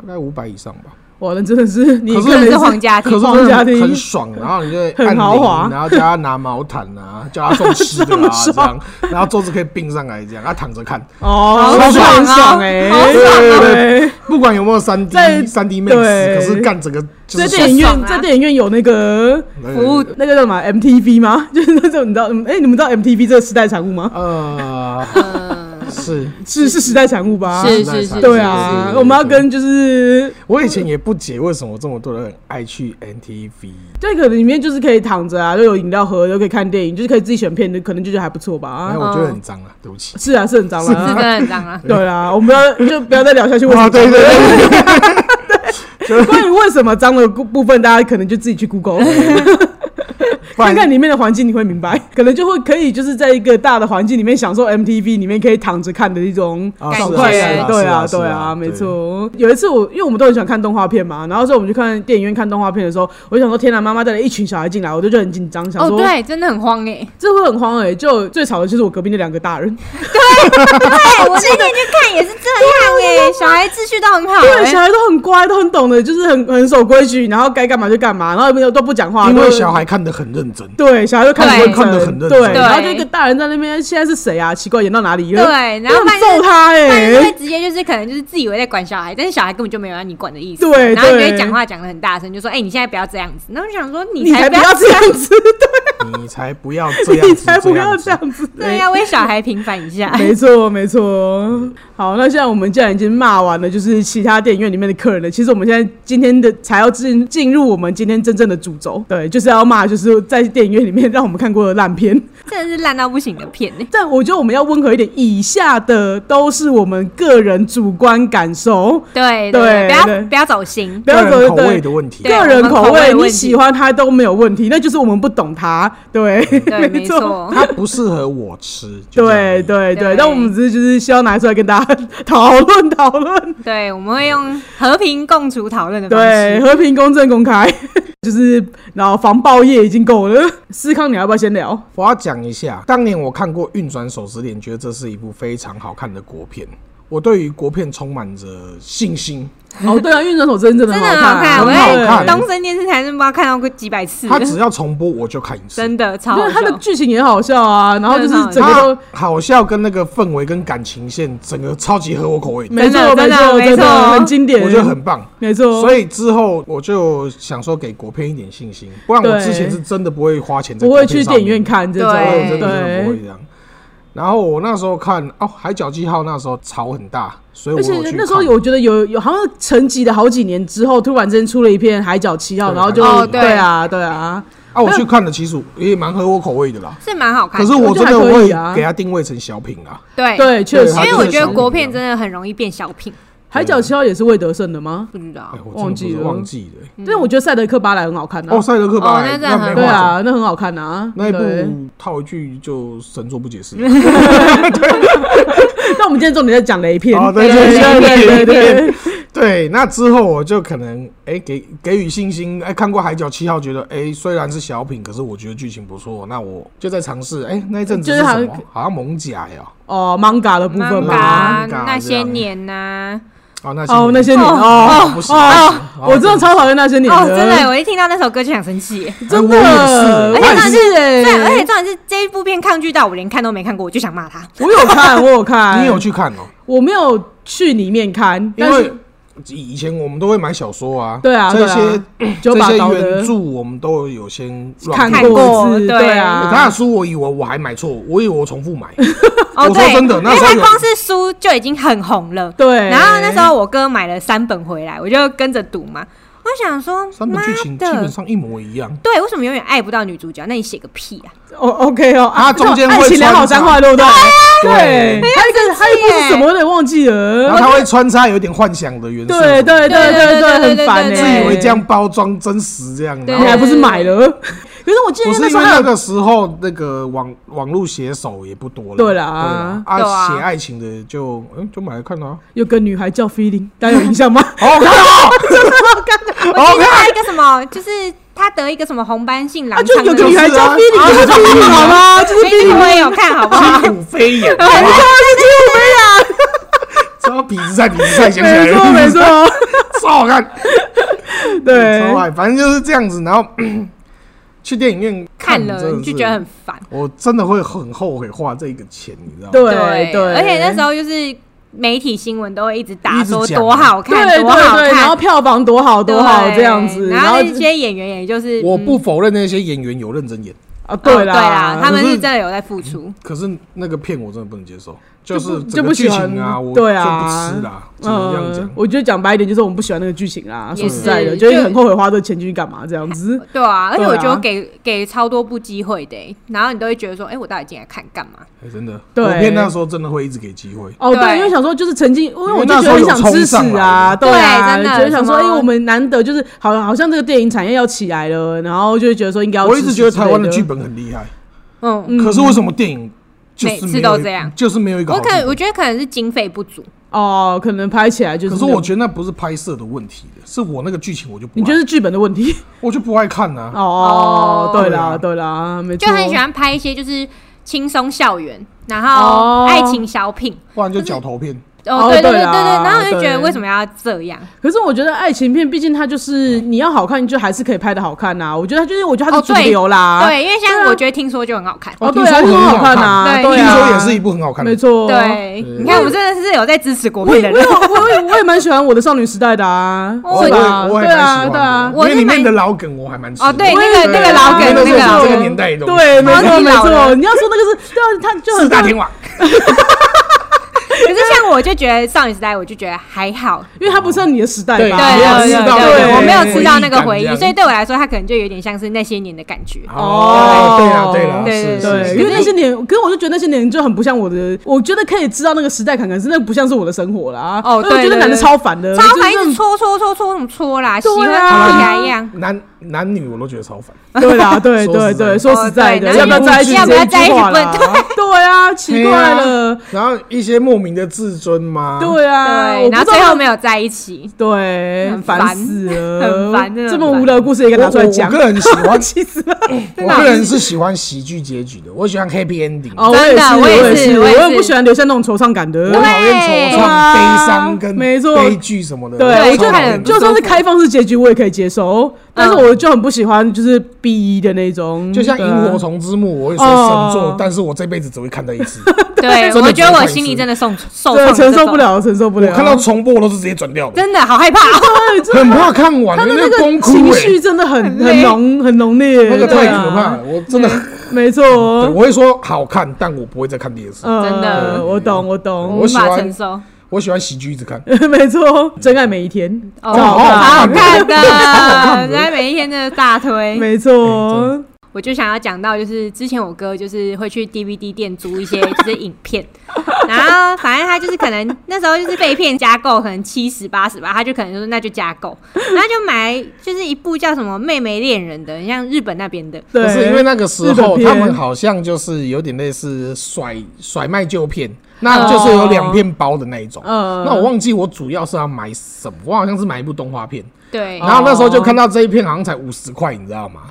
S3: 大概五百以上吧。
S1: 哇，那真的是你
S3: 可是
S1: 个
S2: 真
S1: 人
S2: 的是皇家
S3: 可
S2: 厅
S3: 是
S1: 皇
S3: 真的
S1: 家
S3: 很
S1: 厅
S3: 很爽，然后你就会
S1: 很
S3: 按铃
S1: 豪华
S3: 然后叫他拿毛毯啊，叫他送吃
S1: [laughs]
S3: 的
S1: 这么
S3: 啊，这
S1: 爽
S3: 样，然后桌子可以并上来这样，他躺着看，
S1: 哦，
S2: 好爽
S1: 很
S2: 哦
S1: 爽哎，
S2: 好爽
S1: 对
S2: 哦
S1: 对
S3: 不管有没有三
S1: 在
S3: D 三 D
S1: 对
S3: Max，可是干整个就
S1: 在
S3: 是
S1: 电影
S2: 爽
S1: 院，
S2: 啊
S1: 在电影院有那个
S3: 对
S2: 服务
S1: 那个叫什么啊 MTV 吗？ [laughs] 就是那种你知道，嗯哎、你们知道 MTV 这个时代产物吗？
S3: 呃
S2: 嗯，
S3: 是
S1: 是是时代产物吧？
S2: 是
S3: 是是
S1: 对啊，我们要跟就是
S3: 我以前也不解为什么这么多人爱去 NTV，
S1: 这个里面就是可以躺着啊，又有饮料喝，又可以看电影，就是可以自己选片，就可能就觉得还不错吧。啊
S3: 然后我觉得很脏啊，对不起。
S1: 是啊，是很脏
S2: 是真
S1: 啦。
S2: 的很脏啊。
S1: 对啦，我们不要就不要再聊下去。为什么
S3: 啊，对对对，
S1: 关于为什么脏的部分，大家可能就自己去
S3: [laughs]
S1: Google
S3: 不然
S1: 看看里面的环境，你会明白，可能就会可以就是在一个大的环境里面享受 MTV 里面可以躺着看的一种
S3: 啊
S1: 爽
S2: 是啊
S1: 快
S2: 是
S1: 感。
S2: 啊
S1: 对
S3: 是啊是
S1: 对
S3: 啊是啊
S1: 没错。有一次我因为我们都很喜欢看动画片嘛，然后所以我们去看电影院看动画片的时候，我就想说天哪，妈妈带了一群小孩进来，我就就很紧张，想
S2: 哦，
S1: 说
S2: 对，真的很
S1: [laughs]
S2: 慌哎。
S1: 这会很慌哎。就最吵的就是我隔壁那两个大人，
S2: 对， [laughs] 我那天去看也是
S1: 啊
S2: 这样哎，小孩秩序都很好
S1: 对，小
S2: 哎。
S1: 孩都很乖，都很懂得，就是很很守规矩，然后该干嘛就干嘛，然后没有都不讲话，
S3: 因
S1: 都
S3: 为小孩看得很认真，
S1: [laughs] 对，小孩就看得
S2: 对
S1: 很
S3: 看得很认真
S1: 对，
S3: 对
S1: 然后就一个大人在那边，现在是谁啊？奇怪，演到哪里了？
S2: 对，然后
S1: 我
S2: 半
S1: 想揍他哎、
S2: 半会直接就是可能就是自以为在管小孩，但是小孩根本就没有让你管的意思。
S1: 对
S2: 然后你就
S1: 对
S2: 会讲话讲的很大声，就说：“哎，你现在不要这样子。”然后我就想说：“
S1: 你才
S2: 才
S1: 不
S2: 不要
S1: 要这样子，
S3: 你才不要这样
S1: [laughs] 你
S3: 子，
S1: 才不要这
S3: 样子。
S1: 样子，
S2: [laughs] 对呀，为小孩平反一下。”
S1: 欸 [laughs] 没错，没错。好，那现在我们既然已经骂完了，就是其他电影院里面的客人了。其实我们现在今天的才要进进入我们今天真正的主轴，对，就是要骂，就是在电影院里面让我们看过的烂片。
S2: [laughs]
S1: [laughs]
S2: 真的是烂到不行的片欸呢、
S1: 但我觉得我们要温和一点，以下的都是我们个人主观感受，
S2: 对
S1: 对
S2: 对，不
S1: 对
S2: 要不要走心。
S1: 不要
S3: 个人
S1: 走
S3: 口
S1: 对
S3: 味的问题，
S2: 对
S1: 个人口
S2: 我们口味
S1: 味，
S2: 的
S1: 你
S2: 问题
S1: 喜欢他都没有问题，那就是我们不懂他。对， [laughs]
S2: 对，
S1: 没
S2: 没
S1: 错
S2: 错。
S3: 它不适合我吃。就这样
S1: 对
S3: 而已，
S1: 对对，
S2: 对
S1: 但我们只是就是需要拿出来跟大家 [laughs] 讨论讨论，
S2: 对，我们会用和平共处讨论的方
S1: 对，
S2: 式。
S1: 和平公正公开， [laughs] 就是然后防爆业已经够了。思康，你要不要先
S2: [laughs]
S1: 聊？
S3: 我要讲一下，当年我看过《运转手指脸》，觉得这是一部非常好看的国片。我对于国片充满着信心，
S1: 哦，对啊，运转手真的
S2: 真
S1: 很
S2: 的
S1: 好
S2: 很好
S1: 看，
S2: 看，我
S3: 很好
S2: 在
S3: 看
S2: 东森电视台真不知道看到过几百次了
S3: 它，只要重播我就看一次。
S2: 真的超好
S1: 对它。
S2: 笑
S1: 嗯的剧情也好笑啊，然后就是整个
S3: 它
S1: 都。
S3: 好笑跟那个氛围跟感情线，整个超级合我口味的，
S1: 没错，
S2: 真的
S1: 没
S2: 真的
S1: 错，
S2: 没
S1: 真的
S2: 错
S1: 很经典，哦
S3: 我觉得很棒。
S1: 没错。
S3: 所以之后我就想说给国片一点信心，不然我
S1: 对
S3: 之前是真的不会花钱在
S1: 不
S3: 国
S1: 会
S3: 片
S1: 去
S3: 上
S1: 电影
S3: 面
S1: 院看这种，
S2: 对
S3: 对，真的真的不
S1: 对
S3: 会这样。然后我那时候看哦，《海角记号》那时候吵很大，所以我
S1: 而
S3: 有
S1: 且
S3: 去
S1: 那时候
S3: 看
S1: 我觉得有有好像沉寂了好几年之后，突然之间出了一片《海角七号》，
S3: 对
S1: 然后就、
S2: 哦
S1: 对
S2: 对
S1: 啊对啊，
S3: 啊，我去看了，其实也蛮合我口味的啦。
S2: 是蛮好看
S3: 可
S2: 的，
S3: 是我真的
S1: 我觉得还可
S3: 会
S1: 以啊
S3: 给它定位成小品啦，
S2: 对，
S1: 对，确实，
S3: 对
S2: 因为
S3: 它就
S2: 我
S3: 是
S2: 觉
S3: 小
S2: 得
S3: 品
S2: 国
S3: 啊
S2: 片真的很容易变小品，
S1: 海角七号》也是魏德胜的吗？
S2: 不知道
S3: 哎，我真的
S1: 忘记
S3: 不是
S1: 了
S3: 忘记了欸。
S2: 嗯
S1: 但是我觉得《塞德克巴莱》很好看啊
S3: 哦，，赛德克巴
S2: 哦
S3: 莱
S2: 那真的
S3: 没
S2: 很
S1: 对
S3: 话讲，
S1: 啊，那很好看啊，
S3: 那一
S1: 对 [laughs]
S3: 部套一句就神作不解释。
S1: 但我们今天重点在讲雷片，
S3: 哦
S1: 对
S3: 对对
S1: 对
S3: 对对
S1: 对对，
S3: 对，那之后我就可能哎、给给予信心，哎、看过《海角七号》，觉得哎、虽然是小品，可是我觉得剧情不错，那我就在尝试。哎、那一阵子
S1: 就是是好
S3: 什
S1: 像
S3: 么？好像蒙甲呀、
S1: [laughs] 哦，manga 的部
S3: 哎
S1: 分吗？
S2: 吧，
S3: Manga，
S2: 啊那
S3: 啊这
S2: 些
S3: 样
S2: 年啊呐、
S3: 哦，那
S1: 哦，那些年
S3: 哦
S1: 哦
S3: 不行
S1: 哦，
S3: 哦
S1: 我真的超讨厌那些年
S2: 哦，真的，
S1: 的，
S2: 我一听到那首歌就想生气。
S1: 真的，
S3: 哎
S1: 我
S3: 我也是
S1: 也是
S2: 对，而且
S1: 哎，
S2: 重点是这一部片抗拒到我连看都没看过，我就想
S3: [laughs]
S2: 骂他。
S1: 我有看，我有看，
S3: 你有？去看哦？
S1: 我没有去里面看，
S3: 因
S1: 但
S3: 为
S1: 是
S3: 以前我们都会买小说啊，
S1: 对啊
S3: 这
S1: 对啊
S3: 些
S1: 九
S3: 这
S1: 把
S3: 些
S1: 刀的
S3: 原著我们都有先乱
S1: 看
S2: 看
S1: 过
S2: 过
S1: 一次，
S2: 对
S1: 对
S3: 他的
S1: 啊，
S3: 书我以为我还买错，我以为我重
S1: [laughs]
S3: 复买，
S2: 哦，
S3: 我说
S2: 对，
S3: 真的那时
S2: 因
S3: 候
S2: 为
S3: 有
S2: 光是书就已经很红了。
S1: 对。
S2: 然后那时候我哥买了三本回来，我就跟着读嘛。我想说，
S3: 三本
S2: 妈
S3: 剧情基本
S2: 的，
S3: 上一模一样。
S2: 对，为什么永远爱不到女主角？那你写个屁啊！
S1: 哦，OK 哦，啊
S3: 它中间
S1: 这种爱
S3: 会
S1: 情良好
S3: 穿
S1: 三
S3: 插
S1: 坏，对不对？对
S3: 对，
S1: 还有一个还有一部是
S2: 耶
S1: 什么？我有点忘记了
S3: 然。后他会穿插有点幻想的元素，
S1: 对对对对对，很烦欸
S2: 对
S3: 自以为这样包装真实这样，
S2: 对
S3: 然
S1: 你
S3: 后
S1: 还不是买了？可是我记得
S3: 不是
S1: 那
S3: 因
S1: 时候
S3: 为
S1: 还
S3: 那
S1: 有
S3: 个时候那个网网络写手也不多了，
S1: 对
S3: 啦
S1: 啦
S3: 啊，
S2: 对啊
S3: 写爱情的就嗯就买来
S1: [laughs]
S3: 看啊，
S1: 有个女孩叫菲林，大家有印象吗？
S3: 好好看哦，
S2: 我
S3: 好
S2: 记得
S3: 看，
S2: 还有一个什么，就是他得一个什么红斑性
S1: 啊，
S2: 狼
S1: 就
S2: 疮
S1: 有
S2: 的那
S1: 个
S2: 个，
S1: 女孩叫菲林，就是菲林好吗？就是菲
S2: 那
S1: 林，
S2: 个我也有看，好不
S1: [laughs]
S2: 好？
S3: 虎飞啊扬，
S1: 没错，是
S3: 什么痞子赛痞子赛，
S1: 金
S3: 想
S1: 美
S3: 起来
S1: 啊，没错没
S3: 了，
S1: 错，
S3: [laughs] 超好看，超
S1: 对。
S3: 爱，反正就是这样子，然后 [clears throat] 去电影院
S2: 看
S1: 嗯
S3: 真
S2: 了
S3: 的
S2: 你就是觉得很烦。
S3: 我真的会很后悔花这个钱，你知道吗？
S1: 对
S2: 而且那时
S1: 候
S2: 候就是媒体新闻都会一直打
S3: 一直
S2: 说
S3: 讲
S2: 多好
S1: 对
S2: 看，
S1: 对
S2: 多好
S1: 对，然后
S2: 看，
S1: 票房多好多好
S2: 对
S1: 这样子，
S2: 然
S1: 后
S2: 后哦那些演员也就是
S3: 我
S2: 嗯
S3: 不否认那些演员有认真演，
S1: 啊，
S2: 哦
S1: 对
S2: 对
S1: 啦
S2: 啦，，他们
S3: 可
S2: 是
S3: 是
S2: 真的有在付出。
S3: 可是那个片我真的不能接受，
S1: 就
S3: 就是
S1: 不
S3: 整
S1: 就
S3: 个
S1: 不喜
S3: 剧
S1: 欢
S3: 情啊，我
S1: 对
S3: 就不
S1: 啊
S3: 吃啦，只能这样
S1: 嗯
S3: 讲，。
S1: 我觉得讲白一点，就是我们不喜欢那个剧情啦。说
S2: 也
S1: 实在的，
S2: 是
S1: 就是
S2: 就
S1: 很后悔花这个钱去干嘛这样子。
S2: 对啊，而且
S1: 对啊
S2: 我觉得我给、给超多部机会的欸、然后你都会觉得说，哎、我到底进来看干嘛？
S3: 哎真的，
S1: 对
S3: 我片那时候真的会一直给机会。
S1: 哦，对，
S2: 对
S1: 因为想说就是曾经，因为
S3: 为
S1: 我就觉
S3: 那时
S1: 得
S3: 候
S1: 很
S3: 有
S1: 想
S3: 冲
S1: 支持
S3: 上
S1: 啊，
S3: 来
S2: 对
S1: 啊，
S2: 真的
S1: 就是想说，
S2: 什
S1: 哎、
S2: 么
S1: 我们难得就是好，好像这个电影产业要起来了，然后就会觉得说应该要
S3: 我一
S1: 支
S3: 直
S1: 持
S3: 觉得台湾
S1: 之
S3: 的
S1: 类的
S3: 剧，本很厉害，
S2: 嗯，
S1: 嗯
S3: 可是为什么电影就是
S2: 每次
S3: 没有
S2: 都
S3: 一
S2: 这样
S3: 就是没有一个
S2: 我
S3: 好剧
S2: 可
S3: 本。
S2: 我觉得可能是经费不足，
S1: 哦，可能拍起来就是
S3: 可
S1: 那
S3: 是
S1: 种。
S3: 我觉得那不是拍摄的问题的，是我那个剧情我就不爱，
S1: 你觉得是剧本的问题？
S3: 我就不爱看啊。
S1: 哦，
S2: 哦
S1: 对
S3: 对
S1: 啦，
S3: 啊
S1: 对啦，没错，
S2: 就很喜欢拍一些就是轻松校园，然后
S1: 哦
S2: 爱情小品。
S3: 不然就角头片，
S1: 哦
S2: 哦，对对
S1: 对
S2: 对对
S1: 啦
S2: 对，然后就觉得
S1: 对
S2: 为什么要这样？
S1: 可是我觉得爱情片，毕竟它就是你要好看，就还是可以拍的好看呐、我觉得它就是，我觉得它是
S2: 哦
S1: 主
S2: 对
S1: 流啦。
S2: 对，因为
S1: 对
S2: 像
S1: 啊
S2: 我觉得听说就很好看，
S1: 哦，
S3: 哦
S1: 对
S3: 听
S1: 啊，
S3: 说
S1: 很
S3: 很
S1: 好
S3: 好
S1: 看啊，
S2: 看
S1: 对
S2: 对
S3: 听
S1: 啊，
S3: 说也是一部很好看的
S1: 没。错，。
S2: 对，你看我们真的是有在支持国
S1: 我
S2: 片
S1: [laughs] 也
S2: 的
S1: 啊我也，
S2: 人
S1: 我也我也蛮喜欢我的少女时代的啊，
S2: 我
S1: 是
S3: 也
S1: 吧？
S3: 我也
S1: 对
S3: 蛮喜
S1: 啊，
S3: 欢
S1: 对啊
S3: 的，，
S2: 我
S3: 因为
S2: 是
S3: 里面
S2: 蛮
S3: 的老梗我还蛮喜
S2: 哦
S3: 欢的。
S2: 对那个
S1: 对
S2: 那个老
S3: 因为
S2: 梗
S3: 那
S2: 那
S3: 时候
S2: 个
S3: 是这个年代的东西，
S1: 对，没错
S2: 超级
S1: 没
S2: 老
S1: 错。
S2: 人
S1: 你要说那个是，对啊，他就
S3: 四
S1: 很
S3: 大
S1: 多人
S3: 天，王，
S2: 可是像我就觉得少女时代，我就觉得还好。
S1: 因为他不是你的时代
S3: 对
S1: 吧？
S3: 没有
S2: 对
S3: 吃
S2: 对
S3: 到那
S1: 个
S2: 对，我没有
S1: 回
S2: 吃到那个
S3: 忆
S2: 回
S3: 感这
S2: 忆，
S3: 样
S2: 所以对我来说，它可能就有点像是那些年的感觉。
S1: [laughs] 哦
S3: 对啦对啦，
S1: 对
S3: 是是
S1: 对，
S3: 是
S1: 因为那些年，可是我就觉得那些年就很不像我的，我觉得可以知道那个时代感，可是那不像是我的生活啦。
S2: 哦
S1: 所以我觉得
S2: 对对
S1: 男的
S2: 对
S1: 超烦的，
S2: 超烦，一
S1: 就是
S2: 直搓搓搓搓什么搓啦，洗
S1: 对啊
S2: 会跟屁孩一样。
S3: 男男女我都觉得超烦。
S1: 对啦，对
S3: 说实
S1: 对
S3: 在
S1: 对，
S3: 的
S1: 说实在的，
S2: 哦对
S1: 要不要在一起？
S2: 要不要在一起
S1: 话啦
S2: 不啊能
S1: 对啊，奇怪
S2: [laughs]
S1: 了，
S3: 然后一些莫名的自尊嘛，，
S1: 对啊，
S2: 对，
S1: 我
S2: 然
S1: 不
S2: 后
S1: 知道
S2: 最
S1: 他
S2: 后没有在一起。
S1: 对，
S2: 很
S1: 烦
S2: 烦
S1: 死了，
S2: 很烦真的
S1: 这么
S2: 很烦
S1: 无聊的故事也敢
S3: 我
S1: 拿出来
S3: 我我
S1: 讲，
S3: 个人哎喜
S1: [laughs]
S3: 欢，
S1: 气
S3: [laughs]
S1: 死了！
S3: 我个人是喜欢喜剧结局的，我喜欢 happy ending，
S1: 哦，
S2: 真
S1: 也
S2: 的
S1: 是，我
S2: 我也是
S1: 是，
S2: 我也
S1: 我
S2: 是
S1: 不喜欢留下那种惆怅感的。
S3: 我讨厌惆
S2: 对
S3: 怅、
S1: 啊
S3: 悲伤跟
S1: 没错
S3: 悲剧什么的，
S1: 对，
S2: 对
S1: 我
S3: 超
S1: 就
S2: 看
S3: 讨
S2: 了
S3: 厌的
S2: 就
S1: 就算是开放式结局，我也可以接受，但是我就很不喜欢就是逼的那种，
S3: 就像
S1: 对
S3: 萤
S1: 啊
S3: 火虫之墓，我也说
S1: 哦
S3: 神作，但是我这辈子只会看到一次，
S1: [laughs]
S2: 对，
S3: 真的
S2: 我觉得
S3: 不
S2: 我
S3: 太
S2: 心里
S3: 是
S2: 真的受受
S1: 对
S2: 创，
S1: 承受不，了，承受不
S3: 我
S1: 了。
S3: 看到重播我都是直接转掉的，
S2: [laughs] 真的好害怕。
S3: [laughs] 很怕看完，
S1: 啊他的那
S3: 个
S1: 个
S3: 崩溃
S1: 情
S3: 欸，
S1: 绪真的很
S2: 很
S1: 很
S2: 累
S1: 浓很浓烈，
S3: 那个
S1: 对
S3: 太
S1: 啊嗯
S3: 可怕了，，我真的，
S1: 没
S3: 对
S1: 错，
S3: 我会说好看，但我不会再看第二次，
S1: 呃
S2: 真的
S1: 我懂我懂，
S2: 无
S3: 喜
S2: 法
S3: 欢
S2: 承受。
S3: 我喜欢喜剧一直看。
S1: [laughs] 没错，真爱每一天，
S2: 哦，
S1: 好
S2: 好
S1: 看
S2: 好看的
S3: 好看，的
S2: 来每一天的大推。
S1: 没
S3: 哎
S1: 错，
S2: 我就想要讲到，就是之前我哥就是会去 DVD [laughs] 店租一些就是影片，然后反正他他就是可能那时候就是被骗加购，可能七十八十吧，他就可能就说那就加购，然后就买就是一部叫什么《妹妹恋人》的，像日本那边的，
S1: 对，
S3: 不是因为那个时
S1: 日本
S3: 候
S1: 片
S3: 他们好像就是有点类似甩甩卖旧片，
S1: 嗯
S3: 那就是有两片包的那一种。
S1: 呃，
S3: 那我忘记我主要是要买什么，我好像是买一部动画片，
S2: 对，
S3: 然后那时候就看到这一片好像才五十块，你知道吗？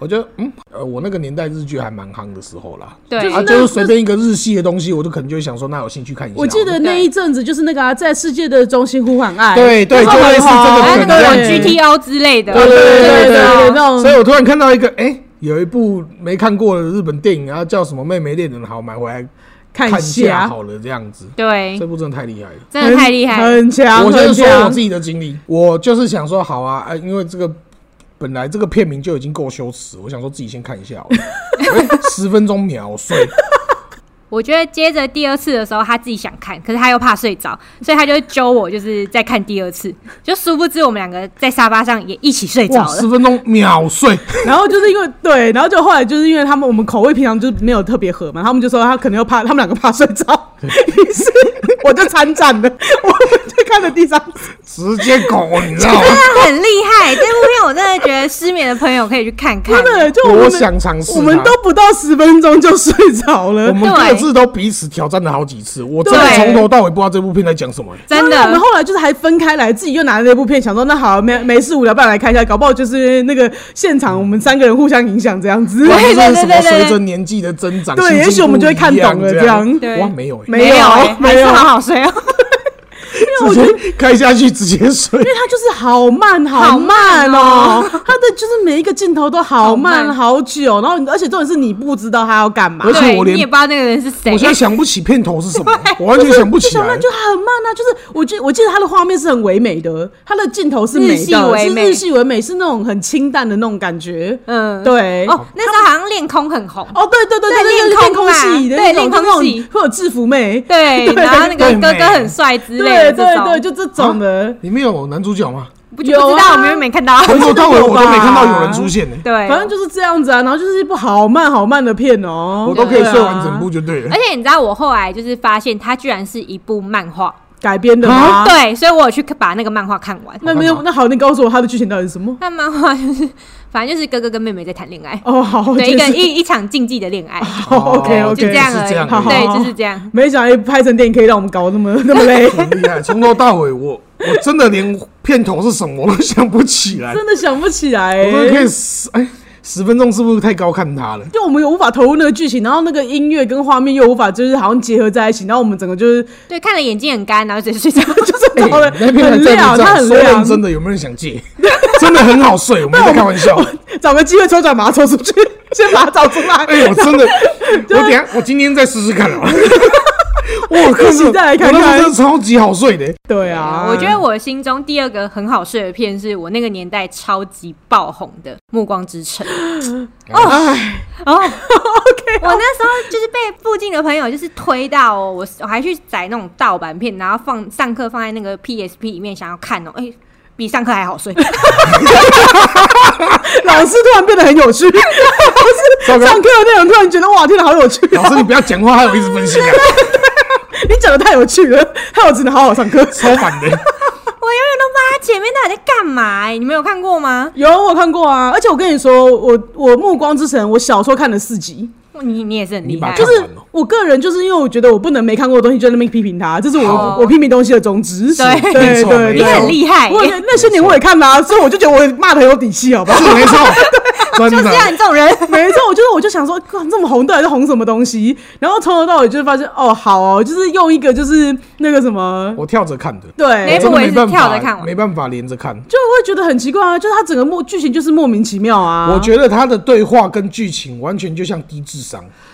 S3: 我觉得嗯，呃，我那个年代日剧还蛮夯的时候啦，
S2: 对
S1: 就是
S3: 啊，
S1: 那
S3: 就是随便一个日系的东西，我就可能就会想说，那有兴趣看一下。
S1: 我记得那一阵子就是那个、啊、在世界的中心呼唤爱，
S3: 对对
S1: 那时候
S3: 就类似
S1: 很红
S3: 这个
S2: 还有那个
S1: 对
S2: 什么 GTO 之类的，
S3: 对对对
S1: 对
S3: 对
S1: 对
S2: 对
S1: 那种，
S3: 所以我突然看到一个，哎、有一部没看过的日本电影，然后叫什么《妹妹恋人》，好买回来
S1: 看
S3: 看
S1: 一
S3: 一下
S1: 下，
S3: 好了，这样子。
S2: 对
S3: 这，部真的太厉害了。
S2: 真的太厉害了，
S1: 很强，
S3: 我先
S1: 很
S3: 说我
S1: 强
S3: 自。己的经历，我就是想说，好啊，哎，因为这个本来这个片名就已经够羞耻，我想说自己先看
S1: [laughs]
S3: 一下好了，十分钟秒睡，
S2: 我觉得接着第二次的时候，他自己想看，可是他又怕睡着，所以他就揪我，就是再看第二次。就殊不知我们两个在沙发上也一起睡着
S3: 哇，
S2: 了
S3: 十。分钟
S1: [laughs]
S3: 秒睡，
S1: 然后就是因为对，然后就后来就是因为他们我们口味平常就是没有特别合嘛，他们就说他可能又怕他们两个怕睡
S3: [laughs]
S1: 着，于是我就参战了，我们就看了第三次。
S3: 直接狗，你知道
S2: [laughs]
S3: 吗？
S2: 他很厉害，这部片我真的觉得失眠的朋友可以去看看。
S1: 真的，就我
S3: 我
S1: 们
S3: 想尝试它，啊
S1: 我们都不到十分钟就睡着了
S3: 我。们
S2: 对
S3: 各自都彼此挑战了好几次，我真的
S2: 对
S3: 从头到尾不知道这部片在讲什么。
S2: 真
S1: 啊然后我们
S2: 的，
S1: 后来就是还分开来，自己又拿着那部片，想说那好没没事无聊，不然来看一下，搞不好就是那个现场我们三个人互相影响这样子。
S2: 对
S3: 不然就是什么
S2: 对对对
S3: 随着年纪的增长，
S1: 对
S3: 心境
S1: 也许我们就会看懂了
S3: 不一样
S1: 这
S2: 样
S3: 哇，
S2: 对
S3: 没有欸，
S1: 没有
S2: 欸还
S1: 没
S2: 是
S1: 有
S2: 好好睡哦。
S3: 直接开下去直接睡
S1: 因。为它就是好慢好慢哦，它的就是每一个镜头都好
S2: 好
S1: 慢
S2: 慢
S1: 好久，然后而且重点是你不知道他要干嘛
S3: 而。且
S2: 对
S3: 我连
S2: 你也不知道那个人是谁啊
S3: 我，现在想不起片头是什么，我完全想不
S1: 就
S3: 起
S1: 想
S3: 来
S1: 慢。就很慢啊，就是我记我记得它的画面是很唯美的，它的镜头是美
S2: 日系
S1: 的，
S2: 唯
S1: 是
S2: 美
S1: 日系唯美，是那种很清淡的那种感觉。
S2: 嗯，
S1: 对，
S2: 哦，那时候好像恋空很红，
S1: 哦，对对对
S2: 对
S1: 对，
S2: 恋
S1: 就是
S2: 空
S1: 空
S2: 嘛
S1: 系的那种，
S2: 对恋
S1: 就那
S2: 空
S1: 种
S2: 系
S1: 会有制服妹，
S2: 对，
S1: [laughs] 对
S2: 然后那个
S3: 对
S2: 哥哥
S3: 美
S2: 很帅之类
S1: 对
S2: 的这
S1: 对
S2: 种，哦
S1: 对，就这种的。
S3: 里面有男主角吗？
S2: 不就不知
S1: 有啊
S2: 道我们又没看到，
S3: 从头到尾我都没看到有人
S1: 吧
S3: 出现呢，
S2: [laughs] 对，
S1: 反正就是这样子啊，然后就是一部好慢好慢的片哦、
S3: 我都可以睡完整
S1: 对啊
S3: 部就对了
S2: 而。且你知道，我后来就是发现，它居然是一部漫画。
S1: 改编的吗？，
S2: 啊对，所以我有去把那个漫画看完。
S1: 那没有，那好，你告诉我它的剧情到底是什么？
S2: 那漫画就是，反正就是哥哥跟妹妹在谈恋爱，
S1: 哦，好，
S2: 对，一个
S1: 就是
S2: 一一场竞技的恋爱，
S1: [laughs] 好，OK
S2: 哦就
S1: OK，
S2: 这样哦
S3: 是
S2: 而已。
S3: 这样
S1: 好好好
S2: 对，就是这样。
S1: 没想到一拍成电影可以让我们搞那么那么
S3: [laughs]
S1: 累，
S3: 很厉害，从头到尾我我真的连片头是什么我都想不起来，我
S1: 真的想不起来、
S3: 真的可
S1: 欸
S3: 以。十哎十分钟是不是太高看他了？
S1: 就我们无法投入那个剧情，然后那个音乐跟画面又无法就是好像结合在一起，然后我们整个就是 [laughs]
S2: 对，看了眼睛很干，然后就睡着。
S1: 就是搞得
S3: 欸那片还
S1: 很
S3: 在
S1: 亮，
S3: 不在
S1: 它很
S3: 说
S1: 亮
S3: 认。真的，有没有人想借？ [laughs] 真的很好睡，我没在开玩笑。
S1: 找个机会抽奖把它抽出 [laughs] 去，先把它找出来。
S3: [laughs] 哎，我真的，我等一下我今天再试试看啊。我靠，
S1: 一起再来看看
S3: 我那时候真的超级好睡的。
S1: [laughs] 对啊，
S2: 我觉得我心中第二个很好睡的片，是我那个年代超级爆红的《暮光之城》。哦 [laughs] ，OK，我哦那时候就是被附近的朋友就是推到哦，我我还去载那种盗版片，然后放上课放在那个 PSP 里面，想要看哦，哎、比上课还好睡，
S1: 老师突然变得很有趣，
S2: [laughs]
S1: 老师
S3: 糟
S1: 上
S3: 糕
S1: 课的内容突然觉得哇，天哪，好有 [laughs] 趣哦、
S3: 老师，你不要讲话，还有一直分心啊，
S1: 你讲的太有趣了，害我只能好好上课。
S3: 超烦的。
S2: 我永远都不知道他前面到底在干嘛、哎，你们有看过吗？
S1: 有我有看过啊，而且我跟你说，我我《暮光之城》，我小时候看了四集，
S2: 你你也是很
S3: 你
S2: 厉
S3: 把
S2: 害，
S3: 它
S1: 就是
S3: 看完了
S1: 我个人就是因为我觉得我不能没看过的东西就在那边批评它，这是我、
S2: 好
S1: 我批评东西的宗旨。
S2: 哦
S1: 对
S2: 对
S3: 没
S1: 对
S3: 错
S1: 对，
S2: 你很厉害、
S1: 我
S2: 哎
S1: 那些年我也看啦、所以我就觉得我骂的很有底气，好吧？
S3: 是没错，
S2: [laughs] 就
S3: 真
S2: 是
S3: 的。
S2: 像你这种人，
S1: 没错，我就是我就想说，哇这么红到底是红什么东西？然后从头到尾就发现，哦，好哦，就是用一个就是那个什么，
S3: 我跳着看的，
S1: 对
S2: 那
S3: 我，
S2: 部
S3: 真的
S2: 我也
S3: 没
S2: 是
S3: 办
S2: 跳着看
S3: 法，
S2: 完
S3: 没办法连着看。
S1: 就会觉得很奇怪啊，就是它整个莫剧情就是莫名其妙啊。
S3: 我觉得他的对话跟剧情完全就像低智商。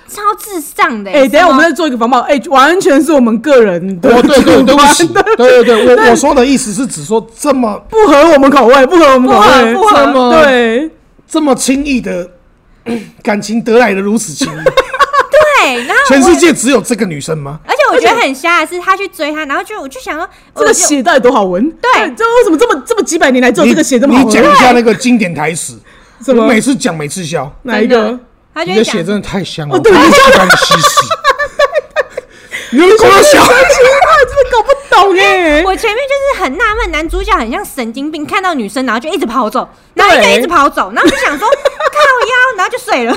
S2: 超智障的、欸
S1: 哎、等一下
S2: 什
S1: 我
S2: 么
S1: 们再做一个防爆，哎、完全是我们个
S3: [laughs]
S1: 人的
S3: 哦，对对，对
S1: 主
S3: 不
S1: 观
S3: 起，
S1: 的
S3: 对对对，我我说的意思是指说这么
S1: [laughs] 不合我们口味，不合我们口味，
S2: 不合不合
S1: 这么对。
S3: 这么轻易的 [coughs] 感情得来的如此轻易，
S2: 对，然后
S3: 全
S2: 我
S3: 世界只有这个女生吗？
S2: 而且我觉得很瞎的是，他去追她，然后就我就想说，
S1: 这
S2: 我
S1: 个
S2: 就
S1: 血到底多好闻？哎
S2: 对
S1: 这为什么这么这么几百年来只有
S3: 你
S1: 这个血这么好
S3: 你讲一
S1: 闻？
S3: 下那个经典台词，
S1: [laughs] 什
S3: 我
S1: 么
S3: 每次讲每次笑。
S1: 哪一个？？
S2: 他就
S3: 你
S2: 会
S3: 的
S2: 讲
S3: 血真的太香了，
S1: 哦对 [laughs]
S3: 我不敢吸食。你们给我笑，
S1: 哎
S2: 前面就是很纳闷，男主角很像神经病，看到女生然后就一直跑走，然后就
S1: 对
S2: 一直跑走，然后就
S1: [laughs]
S2: 想说靠腰，然后就睡了。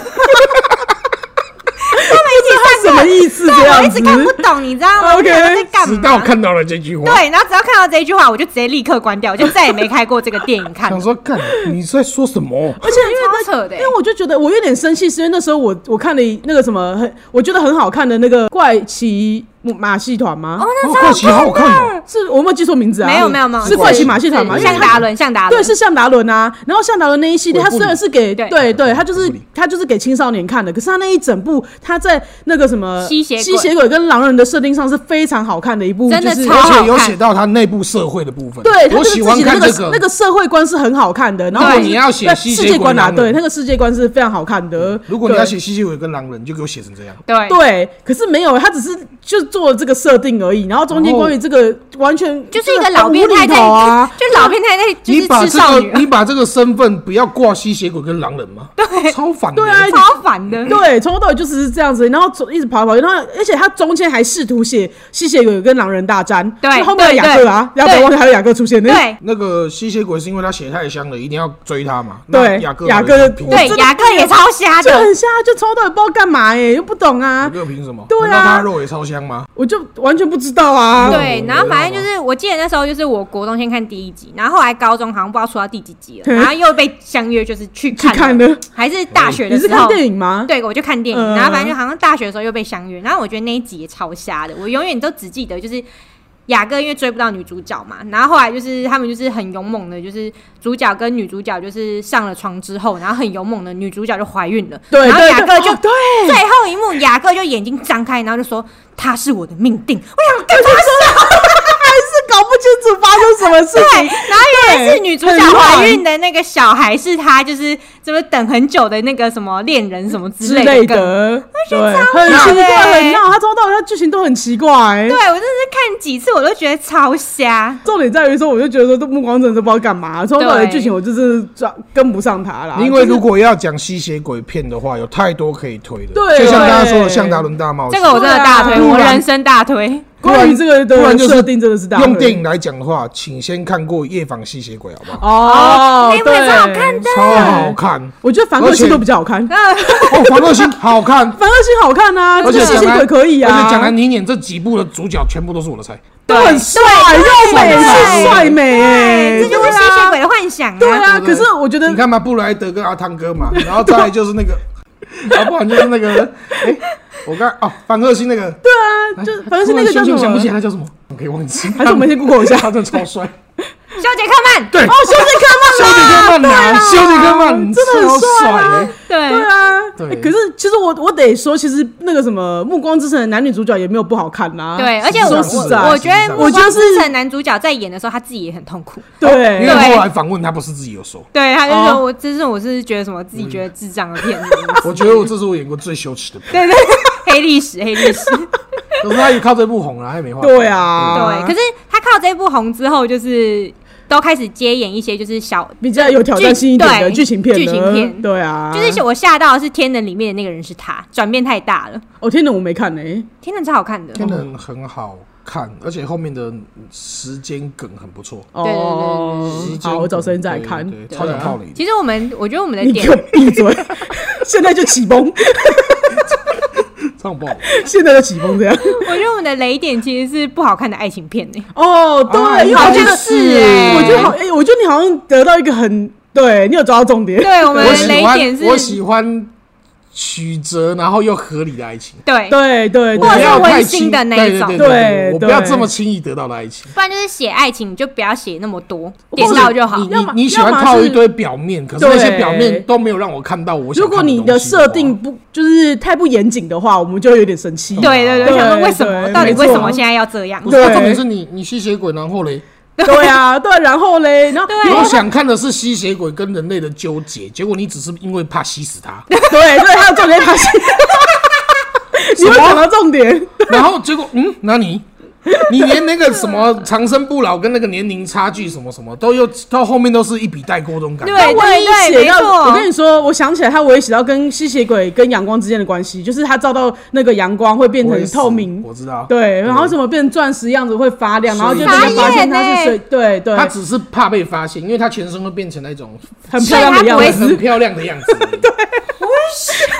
S1: 他什么意思这
S2: 对，我一
S1: 样子
S2: 直？看不懂，你知道吗？我
S1: OK，
S2: 想说在干
S3: 直到
S2: 嘛？
S3: 看到了这句话，
S2: 对，然后只要看到这一句话，我就直接立刻关掉，
S1: [laughs]
S2: 我就再也没开过这个电影看
S3: 想
S2: 了。
S3: 说干你在说什么？
S1: 而且因为
S2: 超扯的欸
S1: 因为我就觉得我有点生气，是因为那时候我我看了一那个什么很我觉得很好看的那个怪奇马戏团吗？
S3: 哦，怪奇好好看哦，
S1: 是我有没有记错名字啊？
S2: 没有没有没有，
S1: 是怪奇马戏团吗？
S2: 是
S1: 因为
S2: 像
S1: 它
S2: 达伦，像达伦，
S1: 对，是向达伦啊。然后向达伦那一系列，
S3: 鬼
S1: 他
S3: 不
S1: 虽然
S3: 理
S1: 是给
S2: 对
S1: 对对，他就是
S3: 鬼不理
S1: 他就是给青少年看的，可是他那一整部，他在那个什么
S2: 吸血鬼
S1: 吸血鬼跟狼人的设定上是非常好看的一部，
S2: 真的
S1: 就是
S2: 超
S3: 而
S2: 好
S3: 且有
S2: 看
S3: 写到他内部社会的部分。
S1: 对，他
S3: 我
S1: 就是
S3: 喜
S1: 自
S3: 欢
S1: 己的
S3: 看
S1: 那
S3: 这
S1: 那个社会观是很好看的，然后
S2: 如果
S1: 就是
S3: 你要写
S1: 对
S3: 吸
S1: 世
S3: 血
S1: 界
S3: 鬼
S1: 观啊，
S3: 狼人嗯
S1: 对，那个世界观是非常好看的。
S3: 如果你
S1: 对
S3: 要写吸血鬼跟狼人，你就给我写成这样。
S2: 对
S1: 对，可是没有，他只是就做了这个设定而已，然后中间
S3: 然后
S1: 关于这个完全
S2: 哦就是一个老变态在，
S1: 很无厘头啊，
S2: [laughs] 就老变态在就是
S3: 你把
S2: 吃
S3: 这
S2: 少
S3: 个
S2: 女，
S3: 你把这个身份不要挂吸血鬼跟狼人吗？对，超烦的。
S1: 对啊
S2: 超烦的。
S1: 对，从头到尾就只是这样子，然后走一直跑来跑去，然后而且他中间还试图写吸血鬼跟狼人大战，
S2: 对
S1: 就后面有
S2: 对
S1: 雅各啊，
S2: 对
S1: 然后不要忘记还有雅各出现，那
S2: 对
S3: 那个吸血鬼是因为他血太香了，一定要追他嘛。那
S1: 对啊
S3: 雅各
S1: 雅
S3: 雅
S1: 各
S3: 凭
S1: 我
S2: 对
S1: 真的，
S2: 雅各也超瞎
S1: 就
S2: 的，
S1: 很瞎，就从头到尾不知道干嘛耶，又不懂
S2: 嗯
S3: 雅
S1: 啊，
S3: 各凭什么？
S1: 对啊
S3: 难道他的肉也超香吗？
S1: 我就完全不知道啊，
S2: 对，然后反正就是，我记得那时候就是我国中先看第一集，然后后来高中好像不知道出到第几集了，
S1: 嗯
S2: 然后又被相约就是去看了，
S1: 去看了
S2: 还是大学
S1: 你
S2: 的
S1: 是
S2: 时
S1: 看
S2: 候。
S1: 电影吗？
S2: 对，我就看电影，
S1: 嗯
S2: 然后反正就好像大学的时候又被相约，然后我觉得那一集也超瞎的，我永远都只记得就是雅各因为追不到女主角嘛，然后后来就是他们就是很勇猛的，就是主角跟女主角就是上了床之后，然后很勇猛的女主角就怀孕了，
S1: 对，
S2: 然后
S1: 对
S2: 雅各
S1: 对
S2: 就
S1: 哦对，
S2: 最后一幕，雅各就眼睛张开，然后就说她是我的命定，我想干
S1: 是搞不清楚发生什么事
S2: 对，
S1: 情，
S2: 然后原来是女主角怀孕的那个小孩是她，就是怎么等很久的那个什么恋人什么之
S1: 之
S2: 类
S1: 类
S2: 的梗。
S1: 的，对，
S2: 超
S1: 很
S2: 妙
S1: 奇
S2: 的
S1: 怪，
S2: 欸
S1: 很妙。他从头到尾他剧情都很奇怪
S2: 对。我真的是看几次我都觉得超瞎。
S1: 重点在于说，我就觉得说，这目光真的是不知道干嘛，从头到尾
S2: 对
S1: 剧情我就是抓跟不上他啦。
S3: 因为
S1: 就是
S3: 如果要讲吸血鬼片的话，有太多可以推的。
S1: 对
S3: 就像刚刚说的，像达伦大冒
S2: 这
S3: 险。
S2: 个我真的大推，
S1: 对
S3: 啊
S2: 我人生大推。
S1: 关于这个
S3: 不
S1: 的
S3: 然就是
S1: 设定真的是大会
S3: 用电影来讲的话，请先看过《夜访吸血鬼》，好不好？
S1: 哦
S2: 那，一部哎也
S1: 对，啊
S2: 超好
S1: [laughs]
S2: 看的。
S3: 超好看
S1: 我觉得凡客星都比较好看，
S2: 嗯，
S3: 哦，黄若星
S1: [laughs]
S3: 好看，
S1: 凡客星好看啊，这
S3: 而
S1: 个
S3: 且
S1: 吸
S3: 讲
S1: 血鬼
S3: 来
S1: 可以
S3: 而
S1: 啊，
S3: 且讲难听点，这几部的主角全部都是我的菜。
S1: 都很帅，又美是帅美欸，
S2: 这就是吸血鬼的幻想
S1: 对
S2: 啊！
S1: 啊，
S3: 对不
S1: 可
S3: 对
S1: 是我觉 [laughs] 得
S3: 你看嘛，布莱德跟阿汤哥嘛， [laughs] 然后再来就是那个， [laughs] 啊，不然就是那个，哎，我刚哦，凡克星那个，对，哎
S1: 就反正是那个叫什
S3: 想不
S1: 么
S3: 起。来他叫什么，我可以忘记。
S1: 还是我们先 Google 一下
S3: [laughs] 他真的超帅。
S1: [laughs]
S2: 小姐看慢，
S3: 对，
S1: 哦，修杰克曼
S3: 休杰
S1: 啦，
S3: 克曼 [laughs]
S1: 对
S3: 拿，
S1: 啦
S3: 休杰克曼
S1: 真的很帅啊
S3: 超欸
S1: 对
S2: 对，
S1: 啊，
S3: 对
S1: 欸可是其实我我得说，其实那个什么《暮光之城》的男女主角也没有不好看呐、
S2: 对，而且我
S1: 说
S3: 是
S1: 实在，
S3: 啊
S2: 我我觉得《暮
S1: 我就
S2: 光
S1: 是
S2: 之城》男主角在演的时候，他自己也很痛苦。
S1: 对
S3: 因为
S2: 对
S3: 后来访问他不是自己有说， [laughs]
S2: 对，他就
S1: 哦嗯
S2: 说我这是我是觉得什么自己觉得智障的片子， [laughs]
S3: 我觉得我这是我演过最羞耻的片， [laughs]
S2: 对对， [laughs] 黑历史，黑历史。
S3: 可是他也靠这部红了，他也没话。
S1: 对，啊，
S2: 对，可是他靠这部红之后，就是都开始接演一些就是小，
S1: 比较有挑战性一点的
S2: 对
S1: 剧情片了，
S2: 剧情片
S1: 对啊，
S2: 就是我吓到的是《天能》里面的那个人是他，转变太大了，《
S1: 哦，天哪，我没看呢、欸，
S2: 天能》超好看的。
S3: 真
S1: 嗯
S3: 的很好看，而且后面的时间梗很不错。
S2: 对对
S1: 哦
S3: 时，间
S1: 好，我找
S3: 梗
S1: 时间再来
S3: 对
S1: 看。啊
S3: 对，超讲道理的。
S2: 其实我们，我觉得我们的
S1: 你
S2: 点
S1: 给我闭嘴！ [laughs] 现在就起崩，
S3: 这样不好玩。
S1: 现在就起崩这样。
S2: 我觉得我们的雷点其实是不好看的爱情片欸呢、
S1: 哦，
S3: 啊
S1: 对，因为我
S2: 好
S1: 觉
S2: 像
S1: 得，
S2: 是哎、
S1: 我觉得好，哎，我觉得你好像得到一个很，对你有抓到重点。
S2: 对我们
S3: 我喜
S2: 雷
S3: 欢
S2: 点是，
S3: 我喜欢曲折然后又合理的爱情，
S2: 对，
S1: 对对
S3: 我
S2: 或者是
S3: 不
S1: 对
S3: 要太
S2: 温
S3: 轻
S2: 馨的那一种
S3: 对
S1: 对
S3: 对，我不要
S1: 对
S3: 这么轻易得到的爱情。
S2: 不然就是写爱情你就不要写那么多，
S1: 或
S2: 点
S1: 者
S2: 到就好。
S3: 你
S1: 要么
S3: 你你喜
S1: 要
S3: 欢
S1: 么
S3: 靠
S1: 是
S3: 一堆表面，可是
S1: 对
S3: 那些表面都没有让我看到我想
S1: 如
S3: 看
S1: 果你
S3: 的
S1: 的
S3: 东西
S1: 设定，不就是太不严谨的话，我们就会有点生气。
S2: 对对
S1: 对
S2: 对，我想说为什
S1: 对
S2: 么？到底
S1: 没
S2: 为
S1: 错
S2: 什么现在要这样
S3: 不？是
S1: 对
S3: 啊重点是你你吸血鬼，然后嘞，
S1: 对啊，对，然后嘞，然后
S3: 我想看的是吸血鬼跟人类的纠结，结果你只是因为怕吸死他，
S1: 对对，还有
S2: [laughs]
S1: 重点发现，你会讲到重点。
S3: 然后结果嗯，那你你连那个什么长生不老跟那个年龄差距什么什么都又到后面都是一笔带过这种感觉。
S2: 对
S1: 他唯一
S2: 哎对
S1: 写
S2: 没
S1: 到，
S2: 错
S1: 我跟你说，我想起来，他唯一写到跟吸血鬼跟阳光之间的关系，就是他照到那个阳光会变
S3: 我也
S1: 成
S3: 是
S1: 透明，
S3: 我知道。
S1: 对，然后怎么变成钻石样子会发亮，然后就被
S3: 发
S1: 人发现
S2: 炎
S1: 它
S2: 欸
S1: 是水，对对，
S3: 他只是怕被发现，因为他全身会变成那种
S1: 很漂亮的样
S2: 所以它不
S1: 子
S3: 很。漂亮的样
S1: [laughs]
S3: 子。对，
S1: 你
S2: 生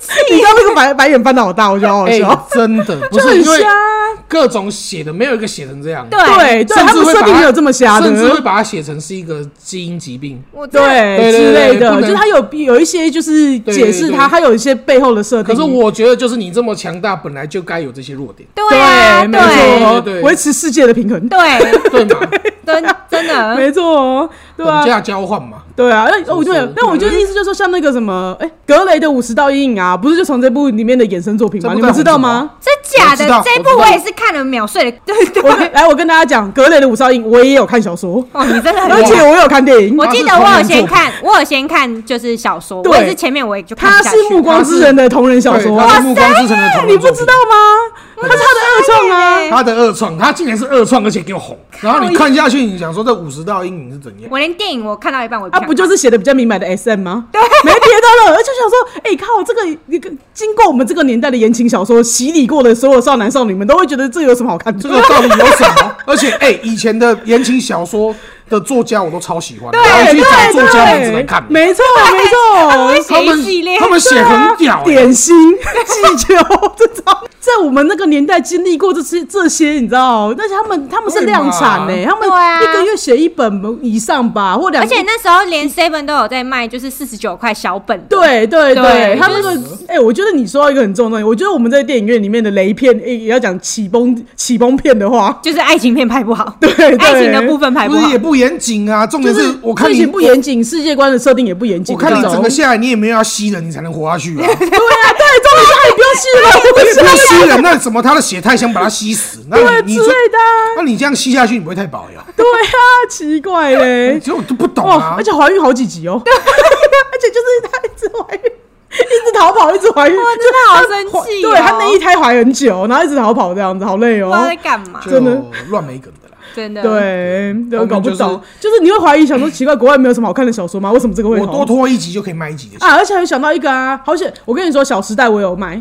S2: 气
S1: 知。道那个白白眼翻到我大，我觉得好好
S3: 哎、
S1: 笑，
S3: 真的不
S1: [laughs] 就是很
S3: 因为
S1: 瞎啊。
S3: 各种写的，没有一个写成这样。
S2: 对
S1: [laughs] 对对，
S3: 甚
S1: 他
S3: 至
S1: 们
S3: 会
S1: 设定没
S3: 把它
S1: 有这么瞎的，
S3: 甚至会把它写成是一个基因疾病。
S2: 我真的
S1: 对
S3: 对对
S1: 之类
S3: 对
S1: 的，
S3: 不能
S1: 就是他有有一些就是解释
S3: 对对
S1: 他，
S3: 对
S1: 他有一些背后的设定。
S3: 可是我觉得，就是你这么强大，本来就该有这
S1: [laughs]
S3: 些弱点，
S2: 对啊，
S1: 对，没错
S3: 对对，对
S1: 维持世界的平衡，
S2: 对，
S1: 啊
S3: 对啊吗？
S2: 真真的，
S1: 没错，对
S3: 等
S1: 啊，
S3: 价交换嘛。
S1: 对啊，那
S3: 是
S1: 我觉得
S3: 是，
S1: 那我觉得意思就是说，像那个什么，哎，格雷的五十道阴影啊，不是就从这部里面的衍生作品吗？
S3: 这部
S1: 你
S3: 在
S1: 们知道
S3: 红什
S1: 吗？
S2: 真假的
S3: 我知道
S2: 这一部
S3: 我知
S2: 我
S3: 道
S2: 也是看了秒睡的，对对
S1: 我跟来，我跟大家讲，格雷的五十道阴影，我也有看小说，
S2: 哦，你真的很
S1: 而且
S2: 厉害。
S1: 我有看电影。
S2: 我记得我有先看，我有先看就是小说，
S1: 对
S2: 我也是前面我也就看
S1: 他
S2: 不下去
S1: 是暮光之人的同人小说，啊
S3: 对他是暮光之城的同人作品
S1: 你不知道吗？他是他的二创啊。
S2: 对
S3: 他的二创，他竟然是二创，而且给我红。然
S1: 哎
S3: 后你看下去，你想说这五十道阴影是怎样？
S2: 我连电影我看到一半我也
S1: 啊，
S2: 想
S1: 不就
S2: 看
S1: 是写的比较明白的 S M 吗？对，没别的了，而且想说，哎、靠，这个一个经过我们这个年代的言情小说洗礼过的所有少男少女们，都会觉得这有什么好看的？
S3: 这个到底有什么？ [laughs] 而且，哎、以前的言情小说的作家我都超喜欢的，我还去找作家名字来看。
S1: 没错没
S2: 会
S1: 错，
S2: 写
S3: 他
S2: 一
S3: 们
S2: 系列，
S3: 他们写很屌、欸，
S1: 点心、气球这种，在我们那个年代经历过这些这些，你知道？但是他们他们是量产呢、
S3: 对
S1: 他们
S2: 对啊
S1: 一个月写一本以上吧，或两，
S2: 而且那时候连 Seven 都有在卖，就是四十九块小本的。
S1: 对对
S2: 对
S1: 对，他那
S2: 就
S1: 个，哎、我觉得你说到一个很重要的东西，我觉得我们在电影院里面的雷片，哎、也要讲起崩起崩片的话，
S2: 就是爱情片拍不好，
S1: 对对
S2: 爱情的部分拍
S3: 不
S2: 好
S3: 是，也不严谨啊。重
S1: 就
S3: 点是我看
S1: 剧
S3: 你
S1: 情不严谨，世界观的设定也不严谨，
S3: 我看你
S1: 这种
S3: 整个下来，你也没有要吸人，你才能活下去
S1: [laughs]
S3: 啊！
S1: 对啊，对，重点是他也不要吸
S3: [laughs]
S1: 了，我
S3: 不
S1: 知道
S3: 要吸人，那什么他的血太想把它吸死，那
S1: 对
S3: 你
S1: 之
S3: 你这
S1: 类的啊，
S3: 那你这样吸下去，你不会太饱呀？
S1: 对啊，奇怪
S3: [laughs]
S1: 嘞，
S3: 这我都不懂
S1: 哦
S3: 啊，
S1: 而！且怀孕好几集
S3: [laughs]
S1: 哦，而且就是他一直怀孕。一直逃跑，一直怀孕，
S2: 哇
S1: 就
S2: 真的好
S1: 他
S2: 生
S1: 怀
S2: 气
S1: 对他
S2: 哦
S1: 那一胎怀很久，然后一直逃跑这样子，好累
S2: 不
S1: 哦。
S2: 知道在干嘛，
S3: 就
S1: 真的
S3: 乱没梗的啦。
S2: 真的。
S1: 对，对，
S3: 后面
S1: 搞不
S3: 就是
S1: 懂，就是你会怀疑，想说奇怪，国外没有什么好看的小说吗？为什么这个会
S3: 我
S1: 红
S3: 多拖一集就可以卖一集的钱。
S1: 啊？而且还想到一个啊，好险！我跟你说，《小时代》我有买，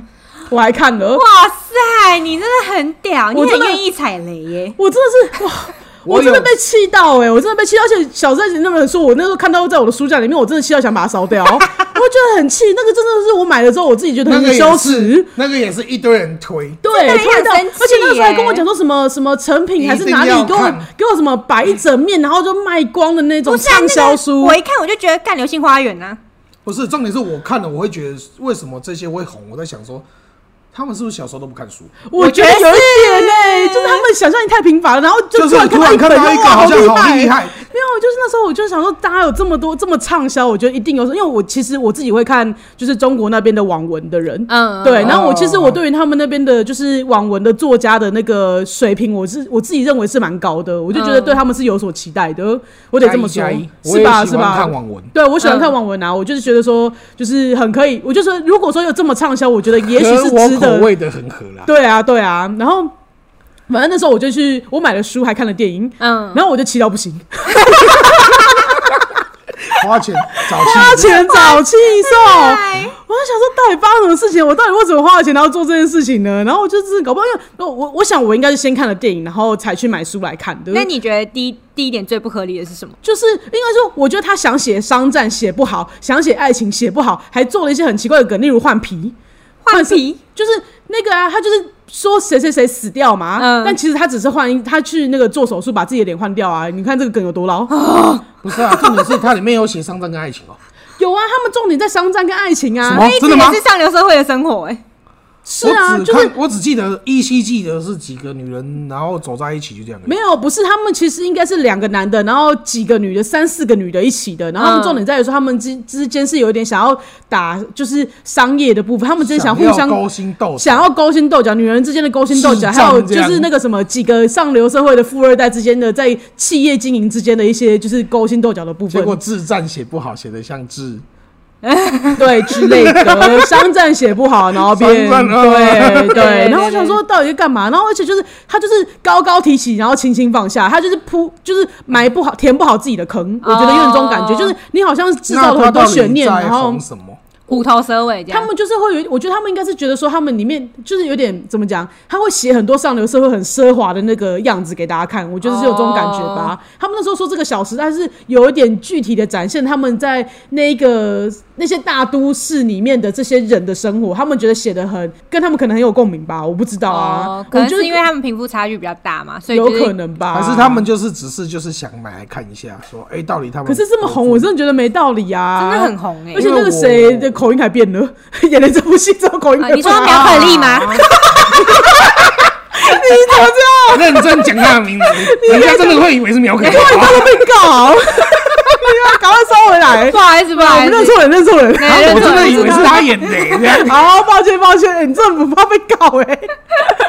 S1: 我还看了，
S2: 哇塞，你真的很屌，你
S1: 我
S2: 很
S1: 真的
S2: 愿意踩雷耶。
S1: 我真的
S3: [laughs]
S1: 是哇，
S3: 我
S1: 我真的
S3: 有
S1: 被气到哎、我真的被气到，而且《小时代》那本书，我那时候看到在我的书架里面，我真的气到想把它烧
S3: [laughs]
S1: 掉，我觉得很气。那个真的是我买了之后，我自己觉得
S3: 那
S1: 很
S3: 个
S1: 羞
S3: 也
S1: 耻
S3: 是。，那个也是一堆人推，
S1: 对，
S2: 真的很
S1: 推到，
S2: 想生气
S1: 而且那个时候还
S2: 耶
S1: 跟我讲说什么什么成品还是哪里
S3: 一定要
S1: 给我
S3: 看
S1: 给我什么摆一整面，然后就卖光的那种
S2: 不是啊
S1: 畅
S2: 那
S1: 销
S2: 个
S1: 书。
S2: 我一看我就觉得干《流星花园》啊，
S3: 不是重点是我看了，我会觉得为什么这些会红？我在想说，他们是不是小时候都不看书？
S1: 我觉得有一点呢、就是他们想象力太贫乏了，然后就
S3: 就是
S1: 突
S3: 突然
S1: 然
S3: 看
S1: 本
S3: 到一个
S1: 哇
S3: 好像
S1: 厉
S3: 好厉害，
S1: 没有，就是那时候我就想说，大家有这么多这么畅销，我觉得一定有，因为我其实我自己会看，就是中国那边的网文的人，
S2: 嗯，
S1: 对，然后我
S3: 哦
S1: 其实我对于他们那边的就是网文的作家的那个水平，我是我自己认为是蛮高的，我就觉得
S2: 嗯
S1: 对他们是有所期待的，我得这么说
S3: 加一加一，我
S1: 是
S3: 也
S1: 吧？
S3: 喜
S1: 是
S3: 欢
S1: 吧？
S3: 看网文，
S1: 对，我喜欢
S2: 嗯
S1: 看网文啊，我就是觉得说，就是很可以，我就说，如果说有这么畅销，我觉得也许
S3: 可
S1: 是值
S3: 我
S1: 得
S3: 口味的很合啦。
S1: 对啊，对啊，然后反正那时候我就去，我买了书，还看了电影，
S2: 嗯，
S1: 然后我就气到不行，
S3: 花
S1: [laughs]
S3: 钱早
S1: 花
S3: 期
S1: 钱找气
S2: [laughs]
S1: 受。
S2: 对
S1: 我就想说，到底发生什么事情？我到底为什么花了钱然后做这件事情呢？然后我就真的搞不好，因为我我我想我应该是先看了电影，然后才去买书来看的。
S2: 那你觉得第一第一点最不合理的是什么？
S1: 就是应该说，我觉得他想写商战写不好，想写爱情写不好，还做了一些很奇怪的梗，例如换皮，
S2: 换
S1: 是
S2: 皮
S1: 就是那个啊，他就是说谁谁谁死掉嘛，
S2: 嗯
S1: 但其实他只是换一，他去那个做手术把自己的脸换掉啊。你看这个梗有多老？
S3: 不是啊，重点是它里面有写商战跟爱情哦。
S1: 有啊，他们重点在商战跟爱情
S3: 什
S1: 啊
S3: 么，
S2: 一直
S3: 真的吗
S2: 也是上流社会的生活哎、
S1: 是啊，
S3: 我只
S1: 就是
S3: 看我只记得依稀记得是几个女人，然后走在一起就这样。
S1: 没有，不是他们其实应该是两个男的，然后几个女的，三四个女的一起的，然后他们
S2: 嗯
S1: 重点在于说他们之之间是有一点想要打就是商业的部分，他们之间想互相
S3: 要勾心斗角，
S1: 想要勾心斗角，女人之间的勾心斗角，
S3: 智障
S1: 还有就
S3: 这
S1: 是
S3: 样
S1: 那个什么几个上流社会的富二代之间的在企业经营之间的一些就是勾心斗角的部
S3: 结
S1: 分。
S3: 果智战写不好，写的像智
S1: 对之类的，商战写不好，然后变
S3: 商战哦
S1: 对
S2: 对
S3: [laughs]
S1: 对，然后我
S2: 对
S1: 想
S2: 对
S1: 说到底在干嘛？然后而且就是他就是高高提起，然后轻轻放下，他就是铺就是埋不好填不好自己的坑，我觉得有点这种感觉，
S2: 哦
S1: 就是你好像制
S3: 啊那
S1: 造了
S3: 他
S1: 很
S3: 到
S1: 多
S3: 底
S1: 悬念，
S3: 在
S1: 然后
S3: 红什么？
S2: 虎头蛇尾这样。
S1: 他们就是会有，我觉得他们应该是觉得说，他们里面就是有点怎么讲，他会写很多上流社会很奢华的那个样子给大家看，我觉得是有这种感觉吧。
S2: 哦
S1: 他们那时候说这个小时代是有一点具体的展现他们在那个那些大都市里面的这些人的生活，他们觉得写的很跟他们可能很有共鸣吧，我不知道啊，
S2: 哦，可
S1: 我
S2: 能
S1: 觉得
S2: 是因为他们贫富差距比较大嘛，所以
S1: 有
S2: 就是
S1: 可能吧，
S3: 还是他们。就是只是就是想买来看一下，说哎，到底他们
S1: 可是这么红，我真的觉得没道理啊！
S2: 真的很红哎、
S1: 而且那个谁的口音还变了， [laughs] 演了这部戏之后口音
S2: 啊
S1: 变了、
S2: 你说苗可
S1: [laughs]
S2: 丽吗？
S3: 认真讲他
S1: [laughs]
S3: 的名字，人家真的会以为是苗可丽。
S1: 他都被告，你要啊赶快收回来
S2: [laughs] 不。好意思，不
S1: 啊
S2: 好
S1: 我
S2: 意
S1: 们认
S2: 思，
S1: 错人，认错人。
S2: 对认
S3: 我
S2: 错
S3: 真哦的以为
S2: 认
S3: 是
S2: 错
S3: 他演的欸，这样
S1: 好，抱歉，抱歉，你这不怕被告哎、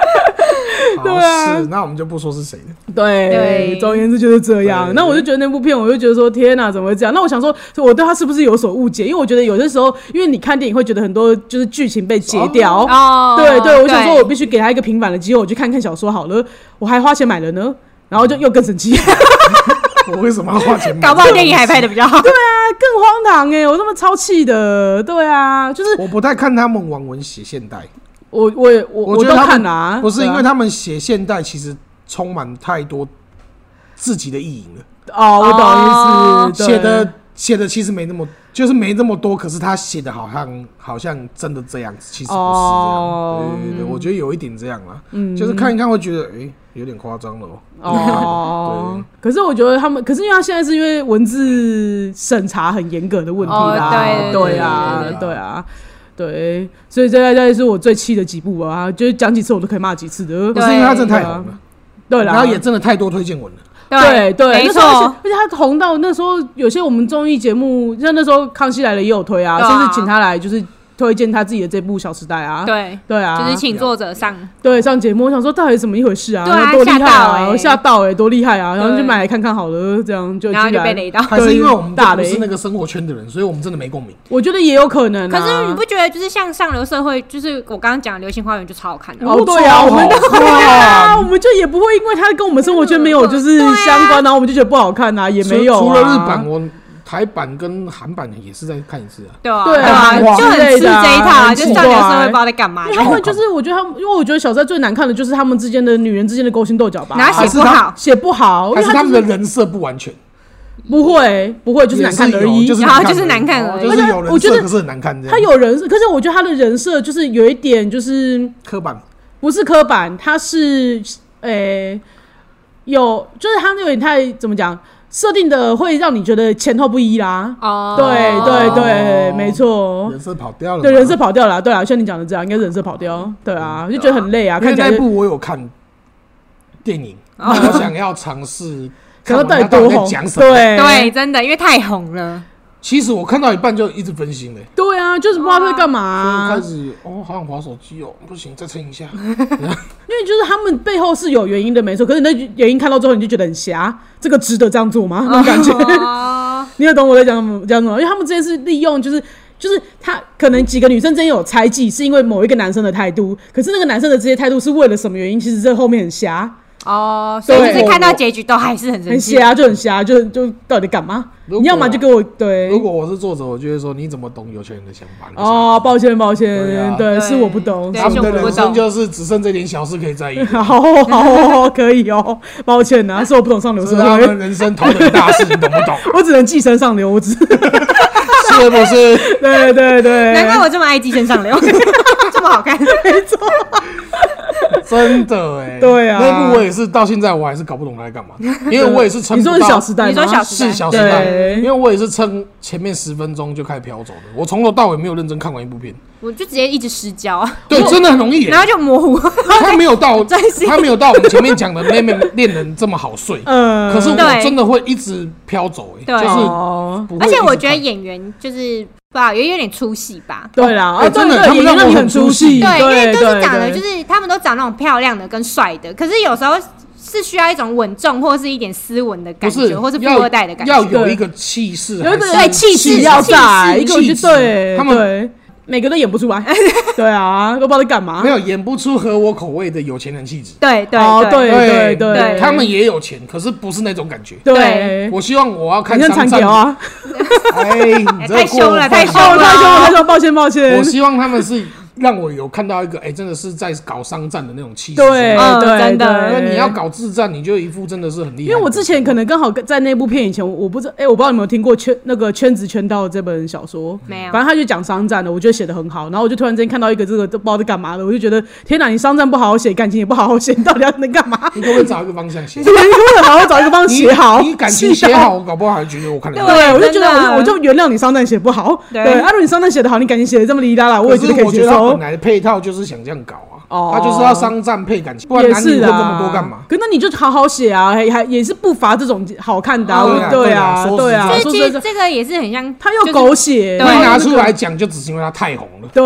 S1: [laughs] 对啊
S3: 好是，那我们就不说是谁了。
S1: 对
S2: 对
S1: 总而言之就是这样。
S3: 对
S1: 那我就觉得那部片，我就觉得说，天哪、怎么会这样？那我想说，我对他是不是有所误解？因为我觉得有些时候，因为你看电影会觉得很多就是剧情被截掉。
S2: 哦，
S1: 对对，我想说，我必须给他一个平反的机会，我去看看小说好了。我还花钱买了呢，然后就又更生 [laughs] 气。
S3: 我为什么要花
S1: [laughs]
S3: 钱买？
S2: 搞不好电影还拍的比较 [laughs] 好。
S1: 啊更荒唐哎、我他妈超气的，对啊，就是
S3: [laughs] 我不太看他们网文写现代，
S1: 我我也我
S3: 觉
S1: 都
S3: 得他
S1: 看
S3: 们
S1: 了、啊，
S3: 不是
S1: 对啊
S3: 因为他们写现代其实充满太多自己的意淫了，
S1: 哦，我懂意
S2: 哦
S1: 思，对
S3: 写的写的其实没那么，就是没那么多，可是他写的好像好像真的这样子，其实不是这样。
S1: 哦嗯
S3: 对对对，我觉得有一点这样啦，就是看一看会觉得哎、诶有点夸张了哦。
S1: 哦。可是我觉得他们，可是因为他现在是因为文字审查很严格的问题啦，
S2: 哦对
S1: 对啊
S3: 对对，对
S1: 对啊。对，所以这大家也是我最气的几部啊，就是讲几次我都可以骂几次的。
S3: 不是因为他真的太
S1: 对啊
S3: 红了，
S1: 对啦，
S3: 然后也真的太多推荐文了。
S1: 对对，
S2: 没
S1: 那时候而
S2: 错
S1: 且，而且他红到那时候，有些我们综艺节目，像那时候《康熙来了》也有推啊，
S2: 对啊
S1: 甚至请他来就是推荐他自己的这部《小时代》啊。
S2: 对，
S1: 对啊，
S2: 就是请作者上，
S1: 对上节目，我想说到底是怎么一回事啊？
S2: 对啊
S1: 多厉害
S2: 吓到
S1: 啊！
S2: 欸
S1: 吓到哎、欸，多厉害啊！然后就
S2: 对
S1: 买来看看好了，这样就
S2: 然后
S1: 居
S2: 就被雷到。
S1: 啊
S3: 还是因为我们都
S1: 大
S3: 不
S1: 雷
S3: 是那个生活圈的人，所以我们真的没共鸣。
S1: 我觉得也有可能、啊。
S2: 可是你不觉得就是像上流社会，就是我刚刚讲《流星花园》就超好看的吗，
S1: 哦，对啊，
S3: 超
S1: 我们都
S2: [laughs]
S3: 好看
S1: 对啊，我们就也不会因为他跟我们生活圈没有就是
S2: 对啊
S1: 相关，然后我们就觉得不好看啊，也没有、啊
S3: 除除了日版，我台版跟韩版也是在看一次啊。
S2: 对啊，
S1: 对
S3: 啊
S2: 啊，就很吃这一套啊，
S1: 很奇
S2: 就
S1: 怪
S2: 上流社会不知道在干嘛
S1: [laughs] 因为
S2: 的，
S1: 他们就是，我觉得他们，因为我觉得小时代最难看的就是他们之间的女人之间的勾心斗角吧，啊
S2: 哪
S3: 还
S2: 写
S3: 是
S2: 不好，
S1: 写不哦好，因
S3: 还
S1: 为
S3: 是
S1: 他
S3: 他
S1: 就
S3: 们
S1: 是
S3: 的人设不完全，
S1: 不会不会，就是
S3: 也
S1: 难看而
S3: 有
S1: 已。啊
S3: 就是
S2: 然后
S3: 难看
S2: 就是难看
S3: 哦
S2: 而已
S3: 就
S1: 而
S3: 是
S1: 且
S3: 有
S1: 我
S3: 人
S1: 觉得
S3: 设可是很难看这样。
S1: 他有人设，可是我觉得他的人设就是有一点就是
S3: 刻板，
S1: 不是刻板，他是呃、有就是他有点太怎么讲设定的会让你觉得前后不一啦。
S2: 哦，
S1: 对对对，没错
S3: 人。设跑掉了嘛。
S1: 哦对人设跑掉了啊，对啊，像你讲的这样，应该人设跑掉，对啊，就觉得很累啊，
S3: 嗯因为
S1: 看起来
S3: 那
S1: 就
S3: 部我有看电影，
S2: 哦
S3: 我想要尝试
S1: [laughs] 可能
S3: 看完
S1: 到底
S3: 它到
S1: 多
S3: 底在
S1: 红，
S3: 讲什么。
S1: 对
S2: 对，真的，因为太
S1: [laughs]
S2: 红了，
S3: 其实我看到一半就一直分心了，
S1: 对啊，就是不知道在干嘛啊、
S3: 所以我开始哦，好想划手机哦，不行，再撑一下。
S1: 因为就是他们背后是有原因的，没错。可是你的原因看到之后，你就觉得很瞎，这个值得这样做吗？那种感觉，
S2: 哦
S1: 你有懂我在讲什么讲什么？因为他们之间是利用，就是就是他可能几个女生之间有猜忌，是因为某一个男生的态度，可是那个男生的这些态度是为了什么原因？其实这后面很瞎，
S2: 哦，所以
S1: 对
S2: 就是看到结局都还是很生
S1: 很
S2: 气，
S1: 瞎就很瞎，就就到底干嘛？
S3: 如果
S1: 你要么就给我对，
S3: 如果我是作者，我就会说你怎么懂有钱人的想法？
S1: 哦，抱歉抱歉，
S3: 对啊
S1: 对，
S2: 对
S1: 是我不懂，
S2: 对
S3: 他们的人
S2: 是我不
S3: 生
S2: 懂
S3: 就是只剩这点小事可
S1: [laughs]
S3: 以在意，
S1: 好好好，可以哦，抱歉啊，是我不懂上流
S3: 这
S1: 社
S3: 是他们
S1: 会，
S3: 人生头等大事，你懂不
S1: [laughs]
S3: 懂？
S1: 我只能寄生上流，我只
S3: 是不是？
S1: 对对对，
S2: 难怪我这么爱寄
S1: [laughs]
S2: 生上流， [laughs] 这么好看，
S3: 真的哎、
S1: 对啊
S3: 那部我也是到现在我还是搞不懂他在干嘛，因为我也是撑
S1: 你
S3: 不
S1: 说是
S3: 到。
S1: 《小时代》吗？
S2: 你说小
S3: 是小时代
S1: 对，
S3: 因为我也是撑前面十分钟就开始飘走的，我从头到尾没有认真看完一部片。
S2: 我就直接一直失焦，
S3: 对，真的很容易
S2: [laughs]
S3: 耶
S2: 然。后就模糊，
S3: 他没有
S1: [laughs]
S3: 到，
S2: 专心
S3: 他没有到我们前面讲的《妹妹恋人》这么好睡，
S1: 呃，
S3: 可是我
S2: 对
S3: 真的会一直飘走，哎，
S2: 对
S3: 就是
S1: 哦，
S3: 不会
S2: 而且我
S3: 一直
S2: 觉
S3: 看
S2: 得演员就是不好，也有点出戏吧。
S1: 对啦，
S3: 哎
S1: 啊对
S3: 真的
S1: 对
S3: 他们
S1: 也让
S3: 让
S1: 你
S3: 我
S1: 很
S3: 很
S1: 出
S3: 出戏
S1: 戏，
S2: 对，因为
S1: 嗯对
S2: 都是长得
S1: 对
S2: 就是他们都长那种漂亮的跟帅的，可是有时候是需要一种稳重或是一点斯文的感
S3: 不是
S2: 觉，或是富
S3: 要
S2: 二代的感
S3: 要
S2: 觉。
S3: 有一个气势，
S1: 有一
S3: 还
S1: 个
S3: 是
S2: 对气势
S1: 气要
S2: 气势
S1: 在，一个我
S3: 气
S1: 就
S3: 质
S1: 对，
S3: 他们
S1: 对每个都演不出
S3: [laughs]
S1: 来，对啊，都不知道在干嘛
S3: 没。有演不出合我口味的有钱人气质。
S2: 对对
S1: 哦，对对
S2: 对
S1: 对，
S3: 他们也有钱，可是不是那种感觉。
S1: 对，
S3: 我希望我要看
S1: 你看
S3: 商
S1: 残
S3: 战
S1: 条，啊，
S3: 哎，你这
S2: 太凶
S3: 过
S2: 了
S3: 分啊
S2: 太
S1: 哦，太
S2: 凶了
S1: 凶了，太凶了，抱歉抱歉
S3: 我，希望他们是让我有看到一个，哎，真的是在搞商战的那种气势。
S1: 对
S2: 嗯
S1: 对
S2: 真的
S3: 那
S1: 对，
S3: 你要搞智障，你就一副真的是很厉
S1: 因
S3: 害。
S1: 为我之前可能刚好在那部片以前，我我不知道，哎、我不知道你有没有听过圈那个圈子圈到这本小说，
S2: 没有
S1: 反正他就讲商战的，我觉得写的很好，然后我就突然之间看到一个这个都不知道在干嘛的，我就觉得天哪，你商战不好好写，感情也不好好写，你到底要能干嘛？
S3: 你可不可以找一个方向
S1: [laughs]
S3: 写？
S1: 你为了好好找一个帮
S3: 你
S1: 写好，
S3: 你感情
S1: 气到
S3: 写好，。我搞不好还觉得我看得到。
S1: 对，我就觉
S2: 真
S1: 得
S2: 的
S1: 我就我就原谅你商战写不好，
S2: 对
S1: 对，啊，如果你商战写的好，你感情写的这么哩啦啦，我也
S3: 可
S1: 觉
S3: 是
S1: 得可以
S3: 我觉
S1: 接
S3: 得他
S1: 受
S3: 本。来的配套就是想这样搞啊，
S1: 哦
S3: 他就是要商战配感情，不然
S1: 也
S3: 男女
S1: 是
S3: 混
S1: 啊，
S3: 这么多干嘛？
S1: 可那你就好好写啊，还还也是不乏这种好看的啊，
S3: 对啊
S1: 我
S3: 对啊
S1: 啊，对啊
S2: 就
S3: 说实在，
S2: 是
S1: 说
S2: 其
S1: 实在
S2: 实这个也是很像，
S1: 他
S2: 就
S1: 又
S2: 是
S1: 狗血，
S2: 对
S3: 会
S1: 啊那
S3: 拿
S1: 个
S3: 出来讲，就只是因为他太红了。
S1: 对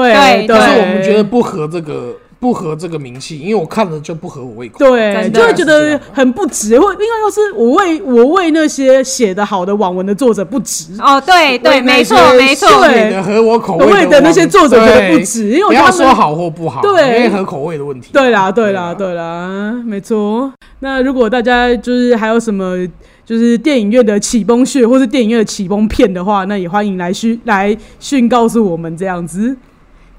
S1: 对，
S2: 对
S3: 但是我们觉得不合这个不合这个名气，因为我看了就不合我胃口。
S1: 对，
S2: 真
S1: 就
S2: 的
S1: 会觉得很不值，或因为要是我为我为那些写的好的网文的作者不值，
S2: 哦，对对，没错没错，
S1: 对
S3: 的合我口
S1: 我
S3: 味
S1: 为的那些作者觉得
S3: 对
S1: 不值，因为我
S3: 不
S1: 觉得他
S3: 要说
S1: 们。
S3: 好或不好，
S1: 对
S3: 因为合口味的问题。啊
S1: 对啦，对啦，对啦，没错。那如果大家就是还有什么就是电影院的起崩穴或是电影院的起崩片的话，那也欢迎来讯来讯告诉我们这样子。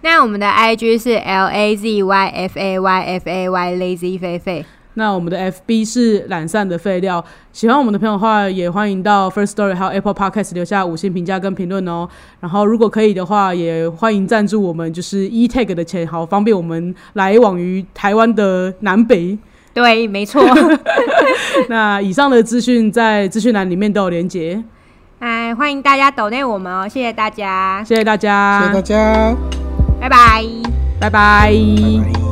S2: 那我们的 IG 是 L A Z Y F A Y F A Y Lazy 菲菲，
S1: 那我们的 FB 是懒散的废料，喜欢我们的朋友的话，也欢迎到 First Story 还有 Apple Podcast 留下五星评价跟评论哦。然后如果可以的话，也欢迎赞助我们，就是 E Tag 的钱，好方便我们来往于台湾的南北。
S2: 对，没错。
S1: 那以上的资讯在资讯栏里面都有连结，
S2: 哎，欢迎大家抖内我们哦，谢谢大家，
S1: 谢谢大家，
S3: 谢谢大家，
S2: 拜拜。
S1: 拜拜
S3: 拜拜。